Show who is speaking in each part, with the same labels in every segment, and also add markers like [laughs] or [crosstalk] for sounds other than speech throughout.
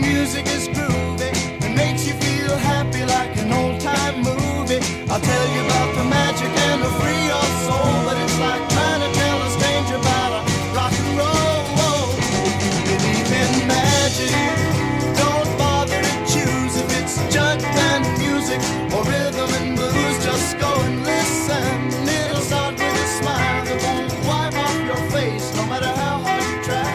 Speaker 1: music is groovy and makes you feel happy like an old time movie. I'll tell you about the magic and the free your soul, but it's like trying to tell a stranger about a rock and roll. If you believe in magic, don't bother to choose if it's junk and music or rhythm and blues. Just go and listen. It'll start with a smile that won't wipe off your face, no matter how hard you try.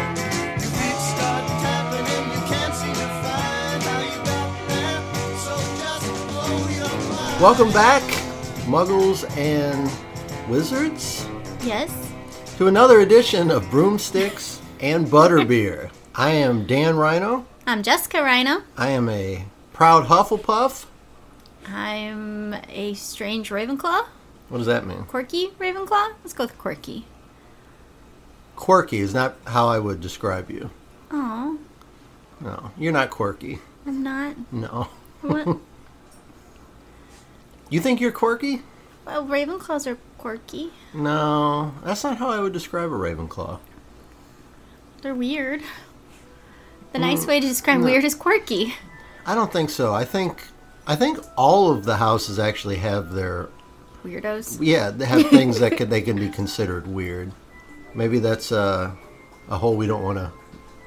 Speaker 1: Your feet start tapping and you can't seem to find how you got there. So just blow your mind.
Speaker 2: Welcome back, muggles and wizards,
Speaker 3: Yes.
Speaker 2: to another edition of Broomsticks and Butterbeer. I am Dan Rhino.
Speaker 3: I'm Jessica Rhino.
Speaker 2: I am a proud Hufflepuff.
Speaker 3: I'm a strange Ravenclaw.
Speaker 2: What does that mean?
Speaker 3: Quirky Ravenclaw? Let's go with quirky.
Speaker 2: Quirky is not how I would describe you.
Speaker 3: Oh,
Speaker 2: No, you're not quirky.
Speaker 3: I'm not.
Speaker 2: No.
Speaker 3: What?
Speaker 2: You think you're quirky?
Speaker 3: well, Ravenclaws are quirky.
Speaker 2: No, that's not how I would describe a Ravenclaw.
Speaker 3: They're weird. The nice way to describe weird is quirky.
Speaker 2: I don't think so. I think I think all of the houses actually have their
Speaker 3: Weirdos.
Speaker 2: yeah, they have things that could, they can be considered weird. Maybe that's a, a hole we don't want to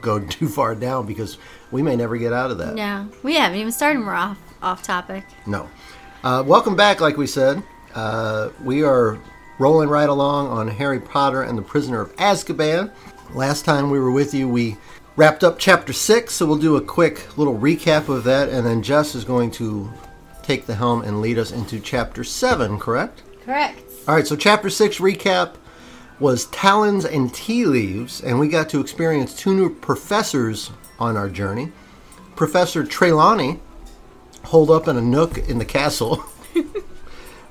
Speaker 2: go [laughs] too far down because we may never get out of that.
Speaker 3: No, we haven't even started. We're off off topic.
Speaker 2: No. Uh, welcome back, like we said. Uh, we are rolling right along on Harry Potter and the Prisoner of Azkaban. Last time we were with you, we wrapped up chapter six, so we'll do a quick little recap of that, and then Jess is going to take the helm and lead us into chapter seven, correct?
Speaker 3: Correct.
Speaker 2: All right, so chapter six recap was Talons and Tea Leaves, and we got to experience two new professors on our journey. Professor Trelawney, holed up in a nook in the castle.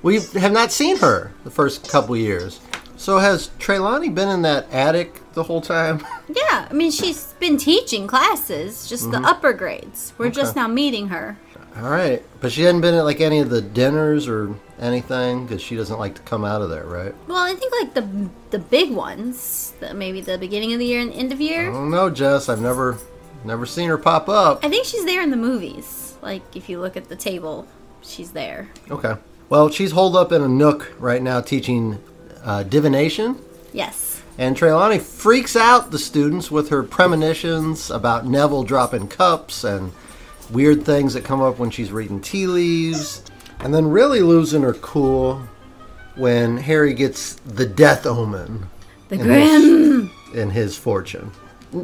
Speaker 2: we have not seen her the first couple years. So has Trelawney been in that attic the whole time?
Speaker 3: Yeah, I mean she's been teaching classes, just the upper grades. We're just now meeting her.
Speaker 2: All right, but she hadn't been at like any of the dinners or anything because she doesn't like to come out of there, right?
Speaker 3: Well, I think like the the big ones, the, maybe the beginning of the year and end of year.
Speaker 2: I don't know, Jess. I've never, never seen her pop up.
Speaker 3: I think she's there in the movies. Like if you look at the table, she's there.
Speaker 2: Okay. Well, she's holed up in a nook right now teaching uh, divination.
Speaker 3: Yes.
Speaker 2: And Trelawney freaks out the students with her premonitions about Neville dropping cups and weird things that come up when she's reading tea leaves. And then really losing her cool when Harry gets the death omen
Speaker 3: The
Speaker 2: in his-
Speaker 3: grim.
Speaker 2: in his fortune.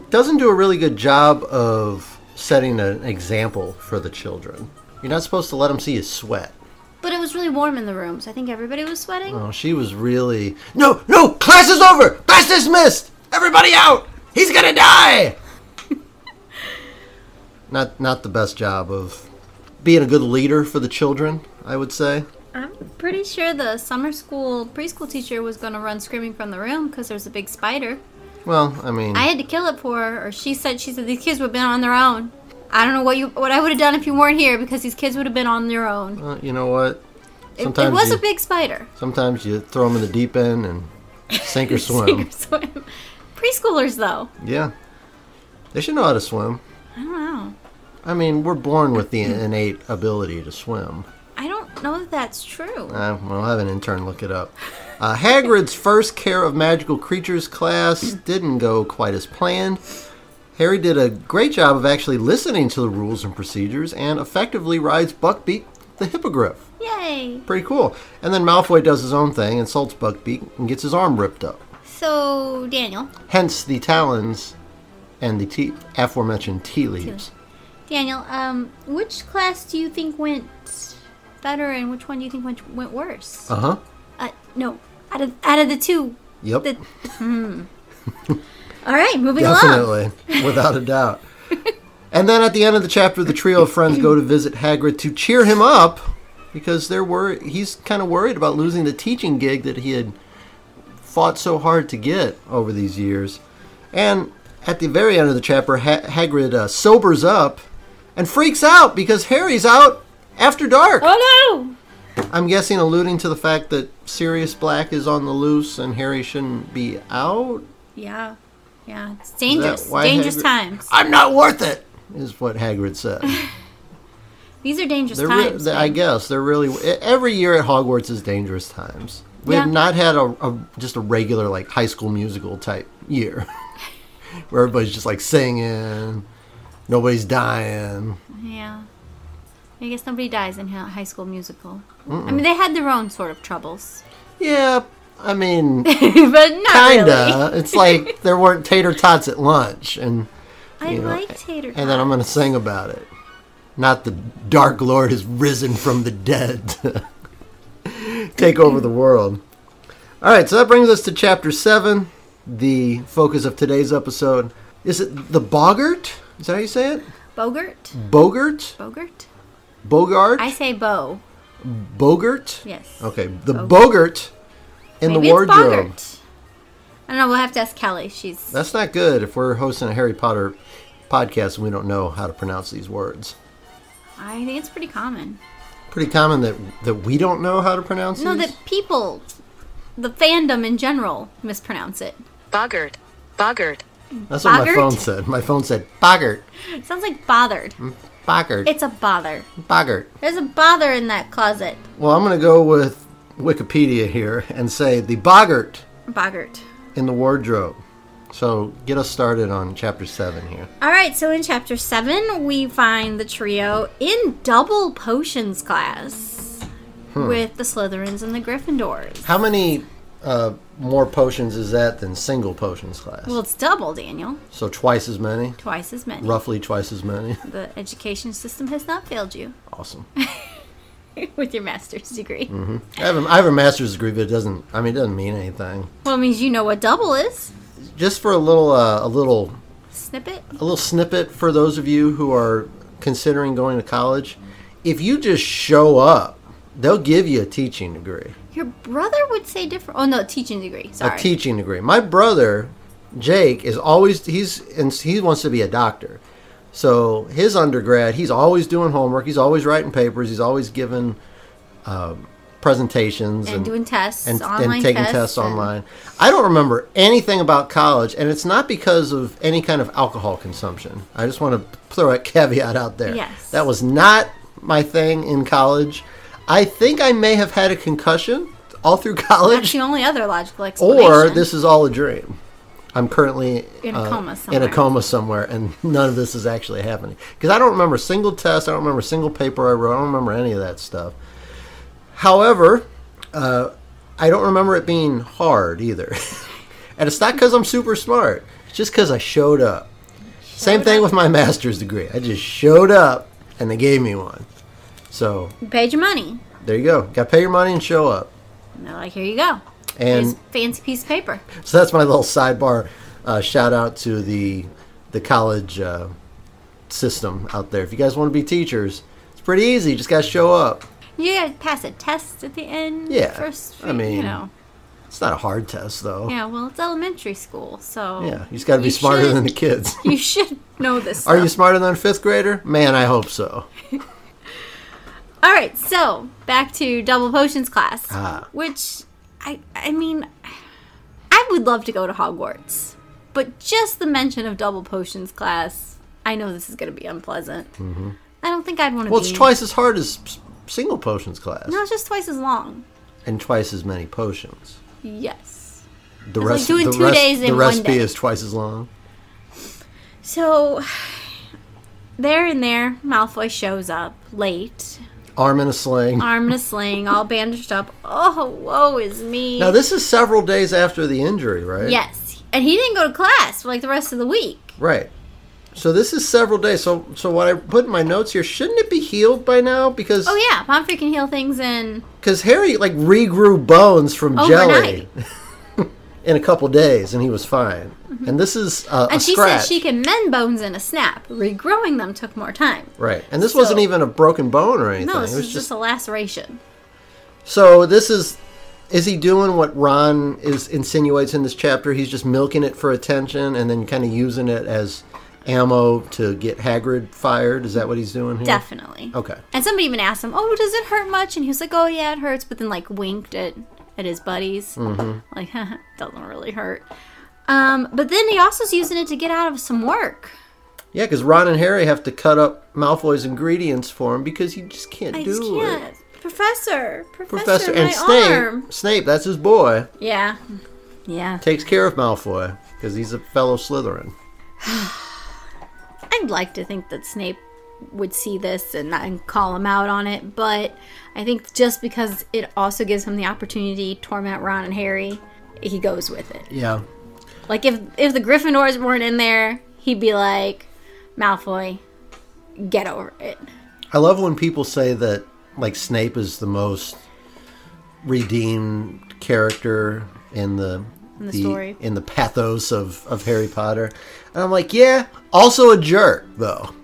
Speaker 2: Doesn't do a really good job of setting an example for the children. You're not supposed to let them see you sweat.
Speaker 3: But it was really warm in the room, so I think everybody was sweating.
Speaker 2: Oh, she was really no, no. Class is over. Class dismissed. Everybody out. He's gonna die. [laughs] not, not the best job of being a good leader for the children. I would say.
Speaker 3: I'm pretty sure the summer school preschool teacher was going to run screaming from the room because there was a big spider.
Speaker 2: Well, I mean,
Speaker 3: I had to kill it for her, or she said she said these kids would have been on their own. I don't know what you what I would have done if you weren't here because these kids would have been on their own.
Speaker 2: uh, you know what?
Speaker 3: It, it
Speaker 2: Sometimes
Speaker 3: was
Speaker 2: you-
Speaker 3: a big spider. [laughs]
Speaker 2: Sometimes you throw them in the deep end and sink or swim.
Speaker 3: Swim. Preschoolers though,
Speaker 2: yeah, they should know how to swim.
Speaker 3: I don't know.
Speaker 2: I mean, we're born with the
Speaker 3: Mm.
Speaker 2: innate ability to swim.
Speaker 3: I don't know that that's true.
Speaker 2: Uh, well, I'll have an intern look it up. Uh, Hagrid's first Care of Magical Creatures class didn't go quite as planned. Harry did a great job of actually listening to the rules and procedures and effectively rides Buckbeak the Hippogriff.
Speaker 3: Yay!
Speaker 2: Pretty cool. And then Malfoy does his own thing, insults Buckbeak, and gets his arm ripped up.
Speaker 3: So Daniel,
Speaker 2: Hence the talons and the tea, aforementioned tea leaves.
Speaker 3: Daniel, um, which class do you think went better, and which one do you think went went worse?
Speaker 2: Uh huh.
Speaker 3: Uh, no, out of out of the two.
Speaker 2: Yep.
Speaker 3: The, hmm.
Speaker 2: [laughs]
Speaker 3: All right, moving along.
Speaker 2: Definitely, without a doubt. and then at the end of the chapter, the trio of friends go to visit Hagrid to cheer him up because they're worried. He's kind of worried about losing the teaching gig that he had fought so hard to get over these years. And at the very end of the chapter, ha- Hagrid uh, sobers up and freaks out because Harry's out after dark.
Speaker 3: Oh no!
Speaker 2: I'm guessing alluding to the fact that Sirius Black is on the loose and Harry shouldn't be out.
Speaker 3: Yeah, yeah, it's dangerous.
Speaker 2: why
Speaker 3: Dangerous
Speaker 2: Hagrid-
Speaker 3: times.
Speaker 2: I'm not worth it. is what Hagrid
Speaker 3: [laughs]
Speaker 2: said.
Speaker 3: These are dangerous
Speaker 2: They're re-
Speaker 3: times.
Speaker 2: they- I
Speaker 3: man.
Speaker 2: guess they're really e, every year at Hogwarts is dangerous times. We have
Speaker 3: Yeah.
Speaker 2: not had a, a just a regular like high school musical type year [laughs] where everybody's just like singing, nobody's dying.
Speaker 3: Yeah. I guess nobody dies in Hi- High School Musical. I mean, they had their own sort of troubles, [laughs]
Speaker 2: Yeah, I mean,
Speaker 3: but [laughs] not really.
Speaker 2: kinda. it's like there weren't tater tots at lunch, and
Speaker 3: I
Speaker 2: you know,
Speaker 3: like tater tots.
Speaker 2: and then I'm gonna sing about it. Not the Dark Lord has risen from the dead [laughs] to take over the world. All right, so that brings us to chapter seven. The focus of today's episode is it the Bogart? Is that how you say it?
Speaker 3: Bogart?
Speaker 2: Bogart?
Speaker 3: Bogart?
Speaker 2: Bogart?
Speaker 3: I say Bo.
Speaker 2: Bogart?
Speaker 3: Yes.
Speaker 2: Okay, the Bogart in
Speaker 3: Maybe
Speaker 2: the wardrobe.
Speaker 3: It's Bogart. I don't know. We'll have to ask Kelly. She's
Speaker 2: That's not good if we're hosting a Harry Potter podcast and we don't know how to pronounce these words.
Speaker 3: I think it's pretty common.
Speaker 2: Pretty common that that we don't know how to pronounce
Speaker 3: No,
Speaker 2: these.
Speaker 3: that people, the fandom in general, mispronounce it.
Speaker 4: Boggart. Boggart.
Speaker 2: That's what my
Speaker 3: Boggart?
Speaker 2: phone said. My phone said Boggart,
Speaker 3: It sounds like bothered.
Speaker 2: Mm-hmm. Boggart,
Speaker 3: It's a bother.
Speaker 2: Boggart.
Speaker 3: There's a bother in that closet.
Speaker 2: Well, I'm going to go with Wikipedia here and say the Boggart
Speaker 3: Boggart.
Speaker 2: in the wardrobe. So get us started on chapter seven here.
Speaker 3: All right, so in chapter 7, we find the trio in double potions class
Speaker 2: Hmm.
Speaker 3: with the Slytherins and the Gryffindors.
Speaker 2: How many uh, more potions is that than single potions class?
Speaker 3: Well, it's double, Daniel.
Speaker 2: so twice as many,
Speaker 3: Twice as many.
Speaker 2: roughly twice as many. [laughs]
Speaker 3: The education system has not failed you [laughs]
Speaker 2: Awesome.
Speaker 3: with your master's degree.
Speaker 2: Mm-hmm. I have, a, I have a master's degree, but it doesn't. I mean, it doesn't mean anything.
Speaker 3: Well, it means you know what double is.
Speaker 2: Just for a little, uh, a little,
Speaker 3: Snippet.
Speaker 2: a little snippet for those of you who are considering going to college. If you just show up, they'll give you a teaching degree.
Speaker 3: Your brother would say different. Oh, no, teaching degree. Sorry.
Speaker 2: A teaching degree. My brother, Jake, is always he's and he wants to be a doctor. So his undergrad, he's always doing homework. He's always writing papers. He's always giving um, presentations
Speaker 3: and doing tests,
Speaker 2: and,
Speaker 3: online
Speaker 2: and taking tests,
Speaker 3: and-
Speaker 2: online. I don't remember anything about college, and it's not because of any kind of alcohol consumption. I just want to throw a [laughs] caveat out there.
Speaker 3: Yes.
Speaker 2: That was not my thing in college. I think I may have had a concussion all through [laughs]
Speaker 3: That's
Speaker 2: college,
Speaker 3: the only other logical explanation.
Speaker 2: or this is all a dream. I'm currently
Speaker 3: In a
Speaker 2: uh,
Speaker 3: coma
Speaker 2: in a
Speaker 3: somewhere.
Speaker 2: coma somewhere, and [laughs] none of this is actually happening because I don't remember a single test. I don't remember a single paper I wrote. I don't remember any of that stuff. However, uh, I don't remember it being hard either, [laughs] and it's not because I'm super smart. It's just because I showed up. Same thing with my master's degree. I just showed up, and they gave me one. So
Speaker 3: You paid your money.
Speaker 2: there you go. Got to pay your money and show up.
Speaker 3: And they're like, here you go.
Speaker 2: And
Speaker 3: Here's a fancy piece of paper.
Speaker 2: So that's my little sidebar uh, shout out to the the college uh, system out there. If you guys want to be teachers, it's pretty easy. You just got to show up.
Speaker 3: You gotta pass a test at the end.
Speaker 2: Yeah,
Speaker 3: First,
Speaker 2: I
Speaker 3: I mean,
Speaker 2: mean-
Speaker 3: you know.
Speaker 2: It's not a hard test though.
Speaker 3: Yeah, well, it's elementary school, so.
Speaker 2: Yeah, you just got to be
Speaker 3: you
Speaker 2: smarter
Speaker 3: should-
Speaker 2: than the kids.
Speaker 3: [laughs] You should know this.
Speaker 2: Are you
Speaker 3: stuff.
Speaker 2: smarter than a fifth grader? Man, I hope so.
Speaker 3: All right, so back to double potions class,
Speaker 2: Ah.
Speaker 3: which I I mean, I would love to go to Hogwarts, but just the mention of double potions class, I know this is going to be unpleasant. I don't think I'd want
Speaker 2: Mm-hmm.
Speaker 3: to.
Speaker 2: Well,
Speaker 3: be.
Speaker 2: it's twice as hard as s- single potions class,
Speaker 3: No, it's just twice as long.
Speaker 2: and twice as many potions.
Speaker 3: Yes.
Speaker 2: The
Speaker 3: like doing two days
Speaker 2: the
Speaker 3: in one
Speaker 2: recipe
Speaker 3: day.
Speaker 2: is twice as long.
Speaker 3: So there and there, Malfoy shows up late,
Speaker 2: Arm in a sling.
Speaker 3: arm in a sling, all bandaged up. Oh, woe is me.
Speaker 2: Now this is several days after the injury, right?
Speaker 3: yes, and he didn't go to class for like the rest of the week.
Speaker 2: Right. So this is several days. So so what I put in my notes here, shouldn't it be healed by now? Because
Speaker 3: Oh yeah, Pomfrey can heal things in
Speaker 2: cause Harry like regrew bones from jelly
Speaker 3: Overnight.
Speaker 2: [laughs] in a couple days, and he was fine. And this is uh, a
Speaker 3: Mm-hmm. And she
Speaker 2: scratch,
Speaker 3: said she can mend bones in a snap. Regrowing them took more time.
Speaker 2: right? And this wasn't
Speaker 3: so-
Speaker 2: even a broken bone or anything.
Speaker 3: No,
Speaker 2: it
Speaker 3: this
Speaker 2: was
Speaker 3: is just a laceration.
Speaker 2: so this is. Is he doing what Ron is insinuates in this chapter? He's just milking it for attention and then kind of using it as ammo to get Hagrid fired. Is that what he's doing here?
Speaker 3: Definitely.
Speaker 2: Okay.
Speaker 3: And somebody even asked him, "Oh, does it hurt much?" And he was like, "Oh yeah, it hurts," but then like winked at at his buddies,
Speaker 2: Mm-hmm.
Speaker 3: [laughs] like, "Doesn't really hurt." Um, but then he also is using it to get out of some work.
Speaker 2: Yeah, because Ron and Harry have to cut up Malfoy's ingredients for him because he just can't
Speaker 3: I
Speaker 2: do
Speaker 3: just
Speaker 2: it.
Speaker 3: can't. Professor, professor,
Speaker 2: Professor
Speaker 3: my
Speaker 2: and Snape,
Speaker 3: arm.
Speaker 2: Snape, that's his boy,
Speaker 3: Yeah, yeah.
Speaker 2: takes care of Malfoy because he's a fellow Slytherin.
Speaker 3: I'd like to think that Snape would see this and, not- and call him out on it, but I think just because it also gives him the opportunity to torment Ron and Harry, he goes with it.
Speaker 2: Yeah,
Speaker 3: Like if if the Gryffindors weren't in there, he'd be like, Malfoy, get over it.
Speaker 2: I love when people say that like Snape is the most redeemed character in the in
Speaker 3: the story.
Speaker 2: in the pathos of of Harry Potter, and I'm like, yeah, also a jerk though.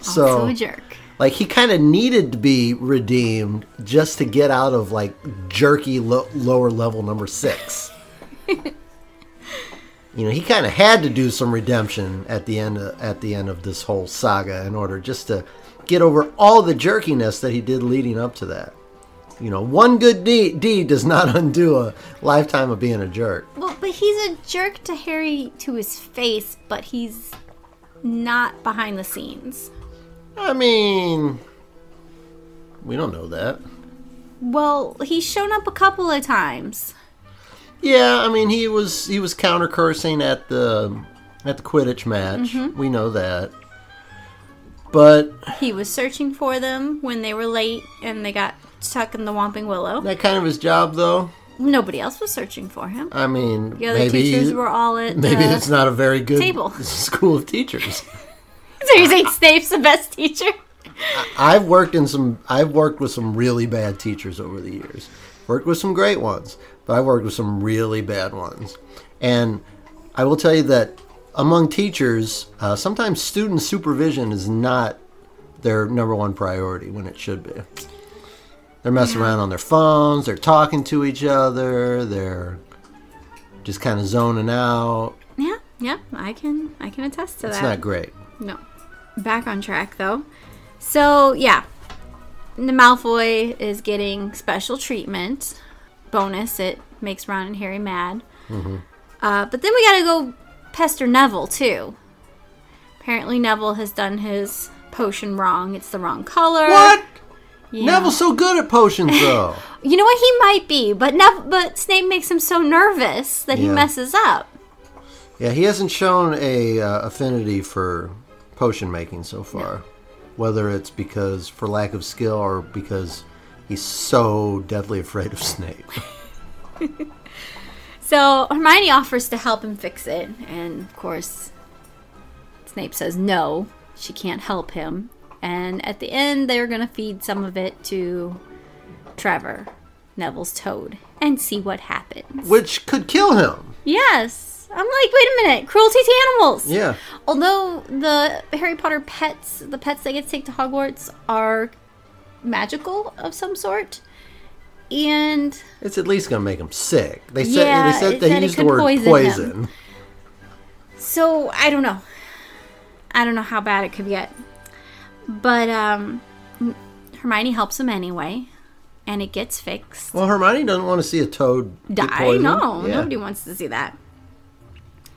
Speaker 3: So
Speaker 2: So
Speaker 3: a jerk.
Speaker 2: like he kind of needed to be redeemed just to get out of like jerky lo- lower level number six. you know, he kind of had to do some redemption at the end of, at the end of this whole saga in order just to get over all the jerkiness that he did leading up to that. You know, one good deed, deed does not [laughs] undo a lifetime of being a jerk.
Speaker 3: Well, but he's a jerk to Harry to his face, but he's not behind the scenes.
Speaker 2: I mean, we don't know that.
Speaker 3: Well, he's shown up a couple of times.
Speaker 2: Yeah, I mean he was he was counter cursing at the at the Quidditch match.
Speaker 3: Mm-hmm.
Speaker 2: We know that. But
Speaker 3: He was searching for them when they were late and they got stuck in the Whomping Willow.
Speaker 2: that kind of his job though.
Speaker 3: Nobody else was searching for him.
Speaker 2: I mean
Speaker 3: The other
Speaker 2: maybe
Speaker 3: teachers were all at
Speaker 2: maybe
Speaker 3: the- [laughs]
Speaker 2: it's not a very good
Speaker 3: table.
Speaker 2: [laughs] school of teachers.
Speaker 3: So you're saying Snape's the best teacher?
Speaker 2: I've worked in some I've worked with some really bad teachers over the years. Worked with some great ones, but I worked with some really bad ones. And I will tell you that among teachers, uh, sometimes student supervision is not their number one priority when it should be. They're messing around on their phones, they're talking to each other, they're just kind of zoning out.
Speaker 3: Yeah, yeah, I can I can attest to
Speaker 2: It's
Speaker 3: that.
Speaker 2: not great.
Speaker 3: No. Back on track though. So yeah, the Malfoy is getting special treatment. Bonus, it makes Ron and Harry mad.
Speaker 2: Mm-hmm.
Speaker 3: Uh, but then we gotta go pester Neville too. Apparently Neville has done his potion wrong. It's the wrong color.
Speaker 2: What?
Speaker 3: Yeah.
Speaker 2: Neville's so good at potions though.
Speaker 3: You know what? He might be, but Nev- but Snape makes him so nervous that he
Speaker 2: Yeah.
Speaker 3: messes up.
Speaker 2: Yeah, he hasn't shown a uh, affinity for potion making so far. Whether it's because for lack of skill or because he's so deathly afraid of Snape.
Speaker 3: [laughs] So Hermione offers to help him fix it, and of course, Snape says no, she can't help him. And at the end, they're gonna feed some of it to Trevor, Neville's toad, and see what happens.
Speaker 2: Which could kill him.
Speaker 3: Yes, I'm like, wait a minute, cruelty to animals.
Speaker 2: Yeah.
Speaker 3: Although the Harry Potter pets, the pets they get to take to Hogwarts, are magical of some sort, and
Speaker 2: It's at least gonna make him sick. They said
Speaker 3: Yeah,
Speaker 2: they
Speaker 3: it
Speaker 2: said they
Speaker 3: said it
Speaker 2: used the
Speaker 3: could
Speaker 2: word
Speaker 3: poison
Speaker 2: poison.
Speaker 3: him. So I don't know. I don't know how bad it could get, but um, Hermione helps him anyway, and it gets fixed.
Speaker 2: Well Hermione doesn't want to see a toad get
Speaker 3: Die?
Speaker 2: poisoned.
Speaker 3: No,
Speaker 2: Yeah.
Speaker 3: nobody wants to see that.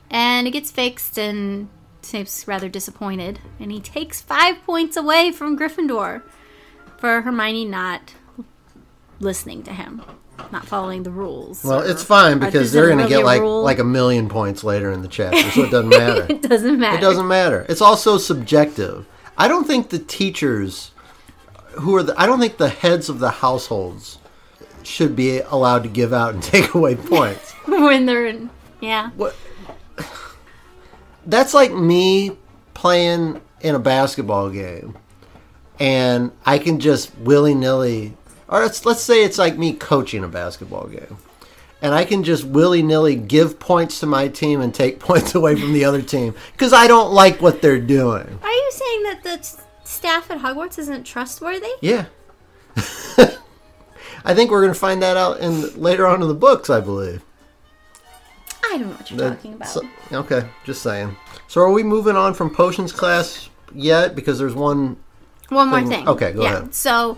Speaker 3: And it gets fixed, and Snape's rather disappointed, and he takes five points away from Gryffindor for Hermione not listening to him, not following the rules.
Speaker 2: Well,
Speaker 3: or-
Speaker 2: it's fine
Speaker 3: or
Speaker 2: because
Speaker 3: is
Speaker 2: they're
Speaker 3: it
Speaker 2: gonna
Speaker 3: really
Speaker 2: get
Speaker 3: a
Speaker 2: like
Speaker 3: rule?
Speaker 2: like a million points later in the chapter, so it doesn't matter.
Speaker 3: [laughs] it doesn't matter. [laughs]
Speaker 2: It doesn't matter. It's also subjective. I don't think the teachers who are the I don't think the heads of the households should be allowed to give out and [laughs] take away points.
Speaker 3: when they're in. Yeah.
Speaker 2: That's like me playing in a basketball game and I can just willy-nilly or let's, let's say it's like me coaching a basketball game. And I can just willy-nilly give points to my team and take [laughs] points away from the other team cuz I don't like what they're doing.
Speaker 3: Are you saying that the s- staff at Hogwarts isn't trustworthy?
Speaker 2: Yeah. [laughs] I think we're going to find that out in later on in the books, I believe.
Speaker 3: I don't know what you're talking about.
Speaker 2: So- okay, just saying. So are we moving on from potions class yet? Because there's one.
Speaker 3: One more
Speaker 2: thing-
Speaker 3: thing.
Speaker 2: okay, go
Speaker 3: yeah.
Speaker 2: ahead.
Speaker 3: So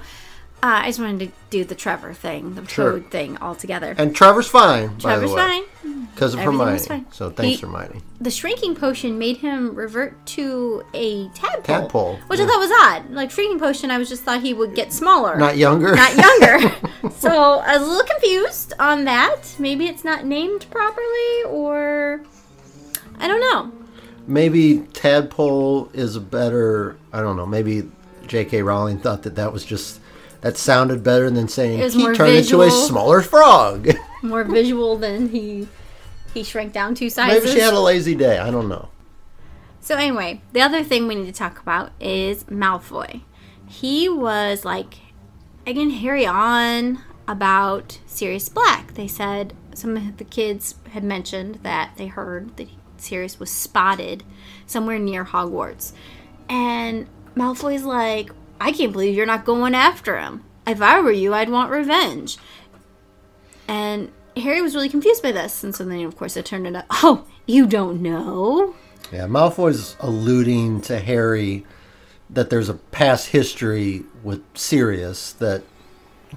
Speaker 3: Uh, I just wanted to do the Trevor thing, the
Speaker 2: Sure.
Speaker 3: Toad thing altogether.
Speaker 2: And Trevor's fine.
Speaker 3: Trevor's
Speaker 2: by the way,
Speaker 3: fine.
Speaker 2: because of
Speaker 3: Everything
Speaker 2: Hermione.
Speaker 3: was fine.
Speaker 2: So thanks,
Speaker 3: He-
Speaker 2: Hermione.
Speaker 3: The shrinking potion made him revert to a tadpole,
Speaker 2: Tadpole,
Speaker 3: which
Speaker 2: yeah.
Speaker 3: I thought was odd. Like shrinking potion, I was just thought he would get smaller,
Speaker 2: Not younger. [laughs]
Speaker 3: not younger. so I was a little confused on that. Maybe it's not named properly, or I don't know.
Speaker 2: maybe tadpole is a better. I don't know. Maybe J.K. Rowling thought that that was just that sounded better than saying
Speaker 3: It was
Speaker 2: he
Speaker 3: more
Speaker 2: turned into
Speaker 3: visual.
Speaker 2: a smaller frog. [laughs]
Speaker 3: More visual than he he shrank down two sizes.
Speaker 2: maybe she had a lazy day. I don't know.
Speaker 3: So anyway, the other thing we need to talk about is Malfoy. He was like egging Harry on about Sirius Black. They said some of the kids had mentioned that they heard that Sirius was spotted somewhere near Hogwarts. And Malfoy's like, I can't believe you're not going after him. If I were you, I'd want revenge. And Harry was really confused by this. And so then, of course, it turned into, oh, you don't know.
Speaker 2: Yeah, Malfoy's alluding to Harry that there's a past history with Sirius that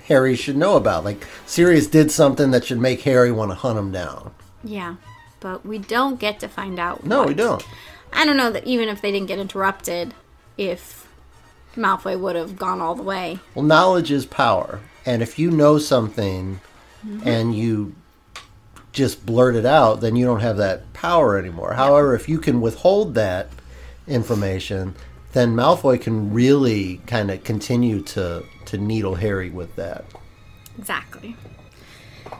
Speaker 2: Harry should know about. Like Sirius did something that should make Harry want to hunt him down.
Speaker 3: Yeah, but we don't get to find out.
Speaker 2: No, we
Speaker 3: what.
Speaker 2: don't.
Speaker 3: I don't know that even if they didn't get interrupted, if Malfoy would have gone all the way.
Speaker 2: Well, knowledge is power. And if you know something and you just blurt it out, then you don't have that power anymore. However, if you can withhold that information, then Malfoy can really kind of continue to to needle Harry with that.
Speaker 3: Exactly.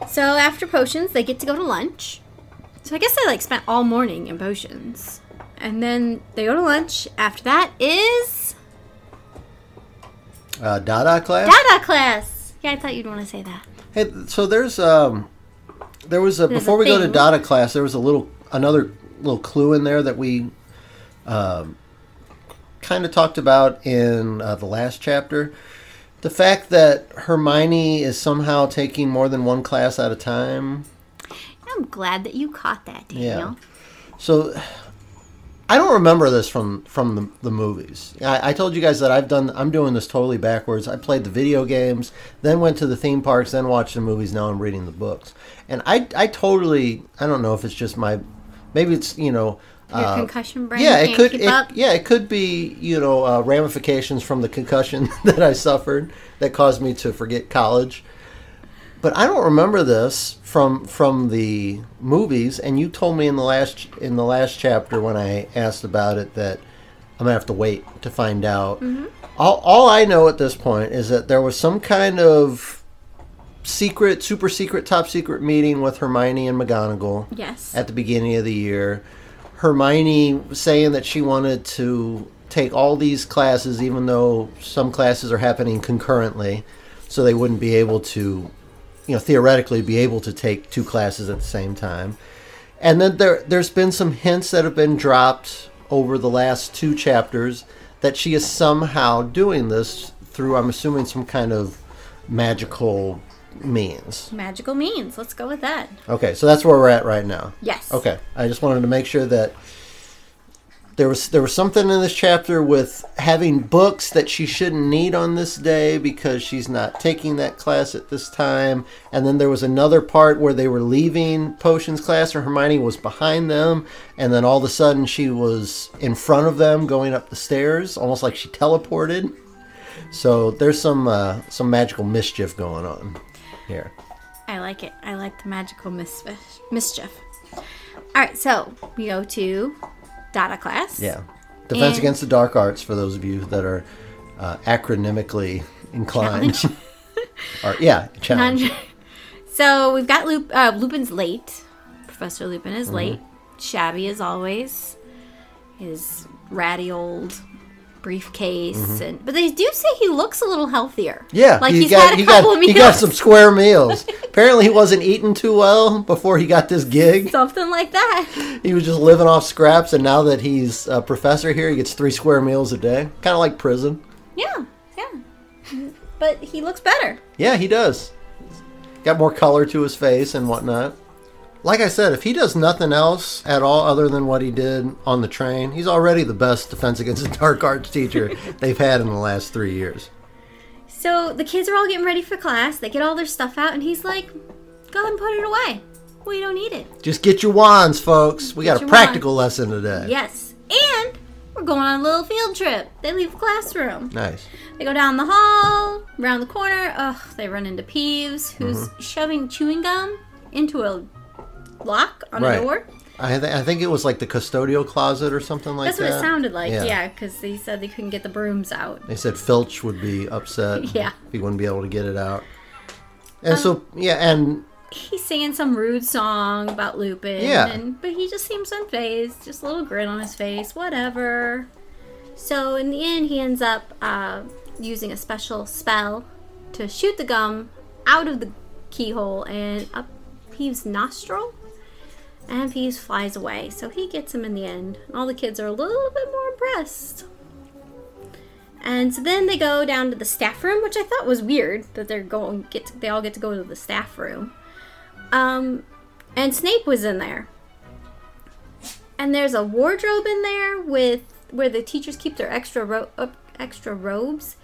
Speaker 3: So after potions, they get to go to lunch. So I guess they like spent all morning in potions, and then they go to lunch. After that is
Speaker 2: Uh, Dada class.
Speaker 3: Dada class. Yeah, I thought you'd want to say that.
Speaker 2: Hey, so there's um, there was a
Speaker 3: There's a
Speaker 2: before we go to
Speaker 3: thing.
Speaker 2: Dada class, there was a little another little clue in there that we um, kind of talked about in uh, the last chapter. The fact that Hermione is somehow taking more than one class at a time.
Speaker 3: I'm glad that you caught that, Daniel.
Speaker 2: So I don't remember this from from the, the movies. I, I told you guys that I've done I'm doing this totally backwards. I played the video games, then went to the theme parks, then watched the movies. Now I'm reading the books, and I I totally I don't know if it's just my maybe it's you know.
Speaker 3: Your
Speaker 2: uh,
Speaker 3: concussion brain
Speaker 2: yeah,
Speaker 3: can't
Speaker 2: it could.
Speaker 3: keep
Speaker 2: it-
Speaker 3: up.
Speaker 2: yeah, it could be you know uh, ramifications from the concussion [laughs] that I suffered that caused me to forget college. But I don't remember this from from the movies. And you told me in the last in the last chapter when I asked about it that I'm gonna have to wait to find out.
Speaker 3: Mm-hmm.
Speaker 2: All, all I know at this point is that there was some kind of secret, super secret, top secret meeting with Hermione and McGonagall
Speaker 3: Yes.
Speaker 2: at the beginning of the year. Hermione saying that she wanted to take all these classes, even though some classes are happening concurrently, so they wouldn't be able to, you know, theoretically be able to take two classes at the same time. And then there, there's been some hints that have been dropped over the last two chapters that she is somehow doing this through, I'm assuming, some kind of magical means.
Speaker 3: Magical means. Let's go with that.
Speaker 2: Okay, so that's where we're at right now.
Speaker 3: Yes.
Speaker 2: Okay, I just wanted to make sure that there was there was something in this chapter with having books that she shouldn't need on this day because she's not taking that class at this time, and then there was another part where they were leaving potions class, or Hermione was behind them, and then all of a sudden she was in front of them going up the stairs, almost like she teleported. So there's some uh, some magical mischief going on here.
Speaker 3: I like it. I like the magical mischief. mischief. All right, so we go to Dada class.
Speaker 2: Yeah. Defense
Speaker 3: And-
Speaker 2: Against the Dark Arts, for those of you that are uh, acronymically inclined. [laughs] or, yeah, challenge.
Speaker 3: And- [laughs] so we've got Lup- uh, Lupin's late. Professor Lupin is
Speaker 2: Mm-hmm.
Speaker 3: late. Shabby as always. His ratty old briefcase, and but they do say he looks a little healthier.
Speaker 2: Mm-hmm. Yeah,
Speaker 3: like
Speaker 2: he
Speaker 3: he's
Speaker 2: got,
Speaker 3: had a
Speaker 2: he
Speaker 3: couple
Speaker 2: got,
Speaker 3: of
Speaker 2: He
Speaker 3: meals.
Speaker 2: got
Speaker 3: [laughs]
Speaker 2: some square meals. Apparently, he wasn't eating too well before he got this gig.
Speaker 3: Something like that.
Speaker 2: He was just living off scraps, and now that he's a professor here, he gets three square meals a day. Kind of like prison.
Speaker 3: Yeah, yeah. But he looks better.
Speaker 2: Yeah, he does. Got more color to his face and whatnot. Like I said, if he does nothing else at all other than what he did on the train, he's
Speaker 3: [laughs]
Speaker 2: already the best defense against the dark arts teacher they've had in the last three years.
Speaker 3: So the kids are all getting ready for class. They get all their stuff out, and he's like, "Go ahead and put it away. We don't need it."
Speaker 2: Just get your wands, folks. We
Speaker 3: Get
Speaker 2: got a
Speaker 3: your
Speaker 2: practical lesson today.
Speaker 3: Yes, and we're going on a little field trip. They leave the classroom.
Speaker 2: Nice.
Speaker 3: They go down the hall, round the corner. Ugh, they run into Peeves, who's
Speaker 2: Mm-hmm.
Speaker 3: shoving chewing gum into a lock on
Speaker 2: Right.
Speaker 3: a door.
Speaker 2: I, th- I think it was like the custodial closet or something like
Speaker 3: That's
Speaker 2: that.
Speaker 3: what it sounded like, yeah, because they said they couldn't get the brooms out.
Speaker 2: They said Filch would be upset.
Speaker 3: [laughs] Yeah. Um,
Speaker 2: If he wouldn't be able to get it out. And so, yeah, and
Speaker 3: He's singing some rude song about Lupin,
Speaker 2: Yeah.
Speaker 3: and, but he just seems unfazed, just a little grin on his face, whatever. So in the end, he ends up uh, using a special spell to shoot the gum out of the keyhole and up Peeves' nostril, and Peeves flies away. So he gets him in the end. All the kids are a little bit more impressed. And so then they go down to the staff room, which I thought was weird that they're going get to, they all get to go to the staff room. Um, and Snape was in there. And there's a wardrobe in there with where the teachers keep their extra ro- up, extra robes.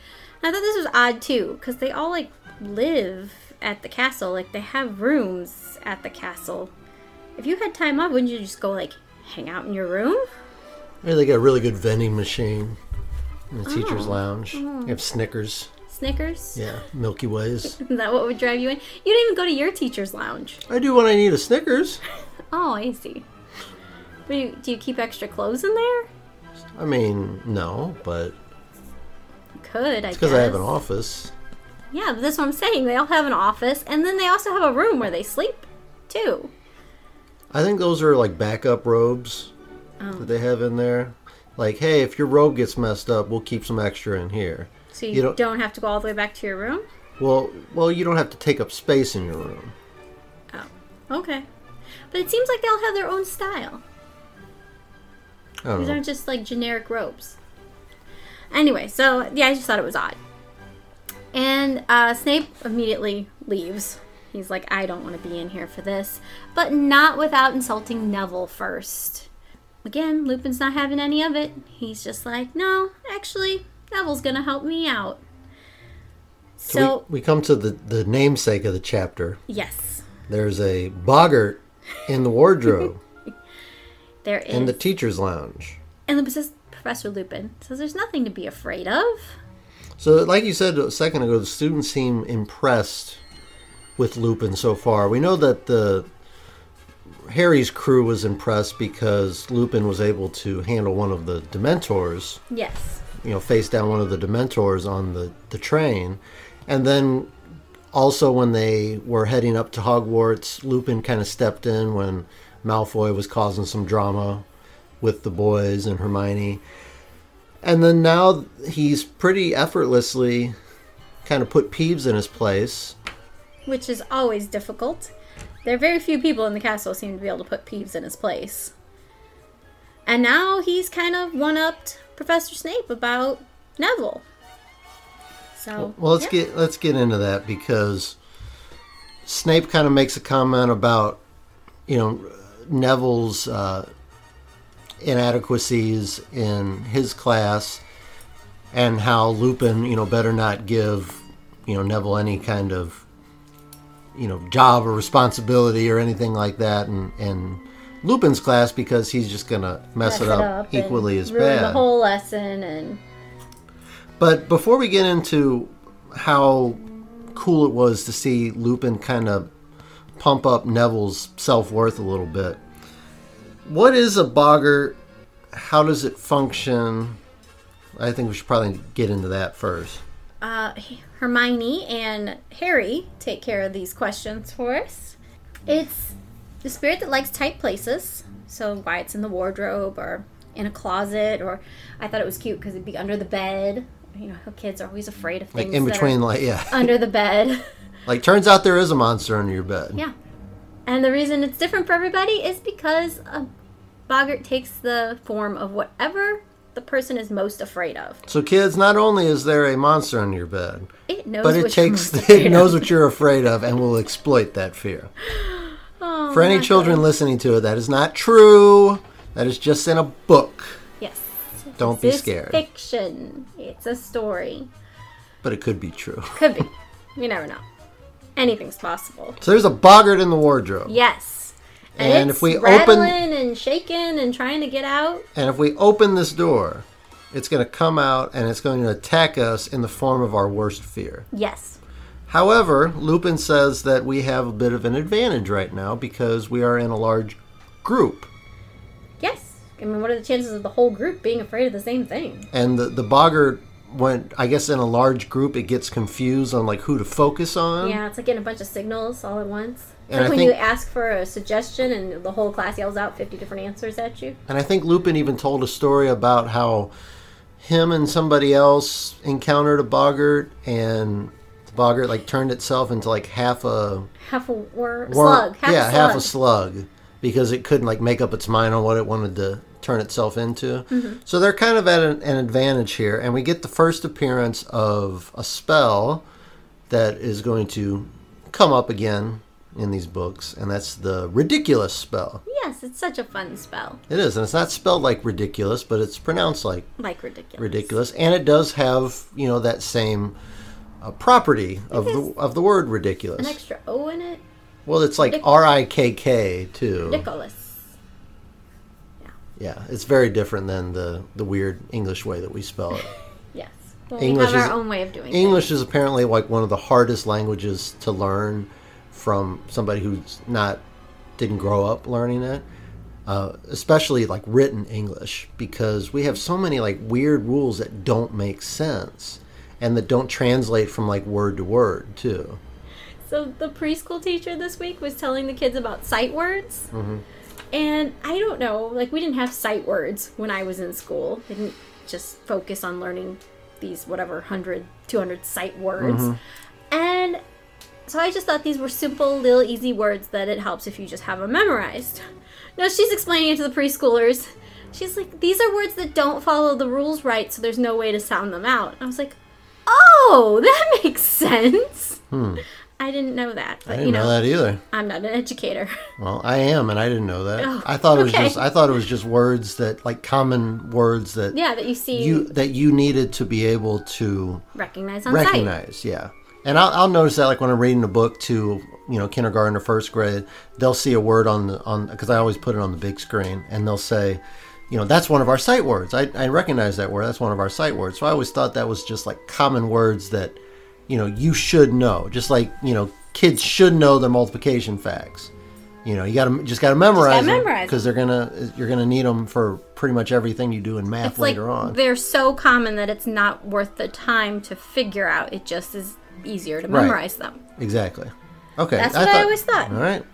Speaker 3: And I thought this was odd too because they all like live at the castle, like they have rooms at the castle. If you had time off, wouldn't you just go like hang out in your room?
Speaker 2: yeah, they got a really good vending machine in the teacher's lounge. You have Snickers.
Speaker 3: Snickers.
Speaker 2: Yeah. Milky Ways.
Speaker 3: [laughs] Is that what would drive you in? You didn't even go to your teacher's lounge.
Speaker 2: I do when I need a Snickers.
Speaker 3: Oh, I see. [laughs] But you, do you keep extra clothes in there?
Speaker 2: I mean, no, but
Speaker 3: Could I?
Speaker 2: because I have an
Speaker 3: guess.
Speaker 2: office.
Speaker 3: Yeah, but that's what I'm saying. They all have an office, and then they also have a room where they sleep, too.
Speaker 2: I think those are like backup robes that they have in there. Like, hey, if your robe gets messed up, we'll keep some extra in here.
Speaker 3: So you,
Speaker 2: You
Speaker 3: don't,
Speaker 2: don't-
Speaker 3: have to go all the way back to your room.
Speaker 2: Well, well, you don't have to take up space in your room.
Speaker 3: Oh, okay. But it seems like they all have their own style.
Speaker 2: I don't
Speaker 3: These
Speaker 2: know.
Speaker 3: aren't just like generic robes. Anyway, so yeah, I just thought it was odd. And uh, Snape immediately leaves. He's like, I don't want to be in here for this. But not without insulting Neville first. Again, Lupin's not having any of it. He's just like, no, actually, Neville's going to help me out.
Speaker 2: So,
Speaker 3: So,
Speaker 2: we, we come to the, the namesake of the chapter.
Speaker 3: yes,
Speaker 2: There's a boggart in the wardrobe
Speaker 3: there is.
Speaker 2: in the teacher's lounge.
Speaker 3: and then says, Professor Lupin says, there's nothing to be afraid of.
Speaker 2: So, like you said a second ago, the students seem impressed with Lupin so far. We know that the Harry's crew was impressed because Lupin was able to handle one of the Dementors.
Speaker 3: Yes.
Speaker 2: you know, face down one of the Dementors on the, the train. And then also when they were heading up to Hogwarts, Lupin kind of stepped in when Malfoy was causing some drama with the boys and Hermione. And then now he's pretty effortlessly kind of put Peeves in his place.
Speaker 3: which is always difficult. There are very few people in the castle who seem to be able to put Peeves in his place. And now he's kind of one upped Professor Snape about Neville. So
Speaker 2: Well, let's
Speaker 3: yeah.
Speaker 2: get let's get into that because Snape kind of makes a comment about you know Neville's uh, inadequacies in his class and how Lupin you know better not give you know Neville any kind of you know job or responsibility or anything like that and and Lupin's class because he's just gonna mess, it, up,
Speaker 3: and
Speaker 2: equally as
Speaker 3: ruin
Speaker 2: bad.
Speaker 3: The whole lesson and
Speaker 2: But before we get into how cool it was to see Lupin kind of pump up Neville's self worth a little bit, what is a boggart? How does it function? I think we should probably get into that first.
Speaker 3: uh, Hermione and Harry take care of these questions for us. It's the spirit that likes tight places, so why it's in the wardrobe or in a closet, or I thought it was cute because it'd be under the bed. You know, how kids are always afraid of
Speaker 2: Like
Speaker 3: things
Speaker 2: in
Speaker 3: that are
Speaker 2: between, like
Speaker 3: [laughs]
Speaker 2: yeah,
Speaker 3: under the bed.
Speaker 2: like turns out there is a monster under your bed.
Speaker 3: yeah, and the reason it's different for everybody is because a boggart takes the form of whatever the person is most afraid of.
Speaker 2: So kids, not only is there a monster under your bed,
Speaker 3: It knows.
Speaker 2: but it
Speaker 3: what you're
Speaker 2: takes
Speaker 3: most
Speaker 2: [laughs]
Speaker 3: afraid
Speaker 2: it
Speaker 3: of.
Speaker 2: knows what you're afraid of and will exploit that fear.
Speaker 3: [gasps] Oh,
Speaker 2: For any
Speaker 3: my
Speaker 2: children listening to it, that is not true. That is just in a book.
Speaker 3: Yes.
Speaker 2: Don't be
Speaker 3: This
Speaker 2: scared.
Speaker 3: Fiction. It's a story.
Speaker 2: but it could be true.
Speaker 3: Could be. We never know. Anything's possible.
Speaker 2: So there's a boggart in the wardrobe.
Speaker 3: Yes. And,
Speaker 2: And
Speaker 3: it's
Speaker 2: if we open-
Speaker 3: rattling and shaking and trying to get out.
Speaker 2: And if we open this door, it's going to come out and it's going to attack us in the form of our worst fear.
Speaker 3: Yes.
Speaker 2: However, Lupin says that we have a bit of an advantage right now because we are in a large group.
Speaker 3: Yes. I mean, what are the chances of the whole group being afraid of the same thing?
Speaker 2: And the, the boggart, when I guess in a large group, it gets confused on like who to focus on.
Speaker 3: Yeah, it's like getting a bunch of signals all at once. It's
Speaker 2: Um, And
Speaker 3: like
Speaker 2: I
Speaker 3: when
Speaker 2: think-
Speaker 3: you ask for a suggestion and the whole class yells out 50 different answers at you.
Speaker 2: And I think Lupin even told a story about how him and somebody else encountered a boggart and the boggart like turned itself into like half a
Speaker 3: Half a wor-
Speaker 2: Wor-
Speaker 3: slug. Half
Speaker 2: yeah,
Speaker 3: a slug.
Speaker 2: half a slug because it couldn't like make up its mind on what it wanted to turn itself into.
Speaker 3: Mm-hmm.
Speaker 2: So they're kind of at an, an advantage here, and we get the first appearance of a spell that is going to come up again in these books, and that's the ridiculous spell.
Speaker 3: Yes, it's such a fun spell.
Speaker 2: It is, and it's not spelled like ridiculous, but it's pronounced like
Speaker 3: Like ridiculous.
Speaker 2: ridiculous, and it does have you know that same. Uh, property of the of the word ridiculous.
Speaker 3: An extra O in it.
Speaker 2: well, it's like R I K K too.
Speaker 3: Ridiculous.
Speaker 2: Yeah, it's very different than the, the weird English way that we spell
Speaker 3: [laughs]
Speaker 2: it.
Speaker 3: Yes. Well,
Speaker 2: English
Speaker 3: we have
Speaker 2: is-
Speaker 3: our own way of doing it.
Speaker 2: English is apparently like one of the hardest languages to learn from somebody who's not didn't grow up learning it, uh, especially like written English because we have so many like weird rules that don't make sense and that don't translate from like word to word too.
Speaker 3: So the preschool teacher this week was telling the kids about sight words. And I don't know, like we didn't have sight words when I was in school. I didn't just focus on learning these whatever 100, 200 sight words.
Speaker 2: Mm-hmm.
Speaker 3: And so I just thought these were simple little easy words that it helps if you just have them memorized. Now she's explaining it to the preschoolers. She's like, these are words that don't follow the rules right, so there's no way to sound them out. I was like, oh, that [laughs] makes sense. I didn't know that,
Speaker 2: Hmm. I
Speaker 3: but
Speaker 2: didn't
Speaker 3: you know,
Speaker 2: know that either.
Speaker 3: I'm not an educator. [laughs]
Speaker 2: Well, I am, and I didn't know that.
Speaker 3: Oh,
Speaker 2: I thought it was
Speaker 3: okay.
Speaker 2: just I thought it was just words that like common words that
Speaker 3: yeah, that you see
Speaker 2: you that you needed to be able to
Speaker 3: recognize on sight.
Speaker 2: recognize yeah and I'll, I'll notice that like when i'm reading a book to you know kindergarten or first grade they'll see a word on the on because i always put it on the big screen and they'll say you know that's one of our sight words I, I recognize that word that's one of our sight words so i always thought that was just like common words that you know you should know just like you know kids should know their multiplication facts you know you gotta just gotta memorize
Speaker 3: memorize 'em.
Speaker 2: because they're gonna you're gonna need them for pretty much everything you do in math
Speaker 3: It's like
Speaker 2: later on
Speaker 3: they're so common that it's not worth the time to figure out. It just is easier to
Speaker 2: Right.
Speaker 3: memorize them.
Speaker 2: Exactly. Okay.
Speaker 3: That's what I always thought.
Speaker 2: All right.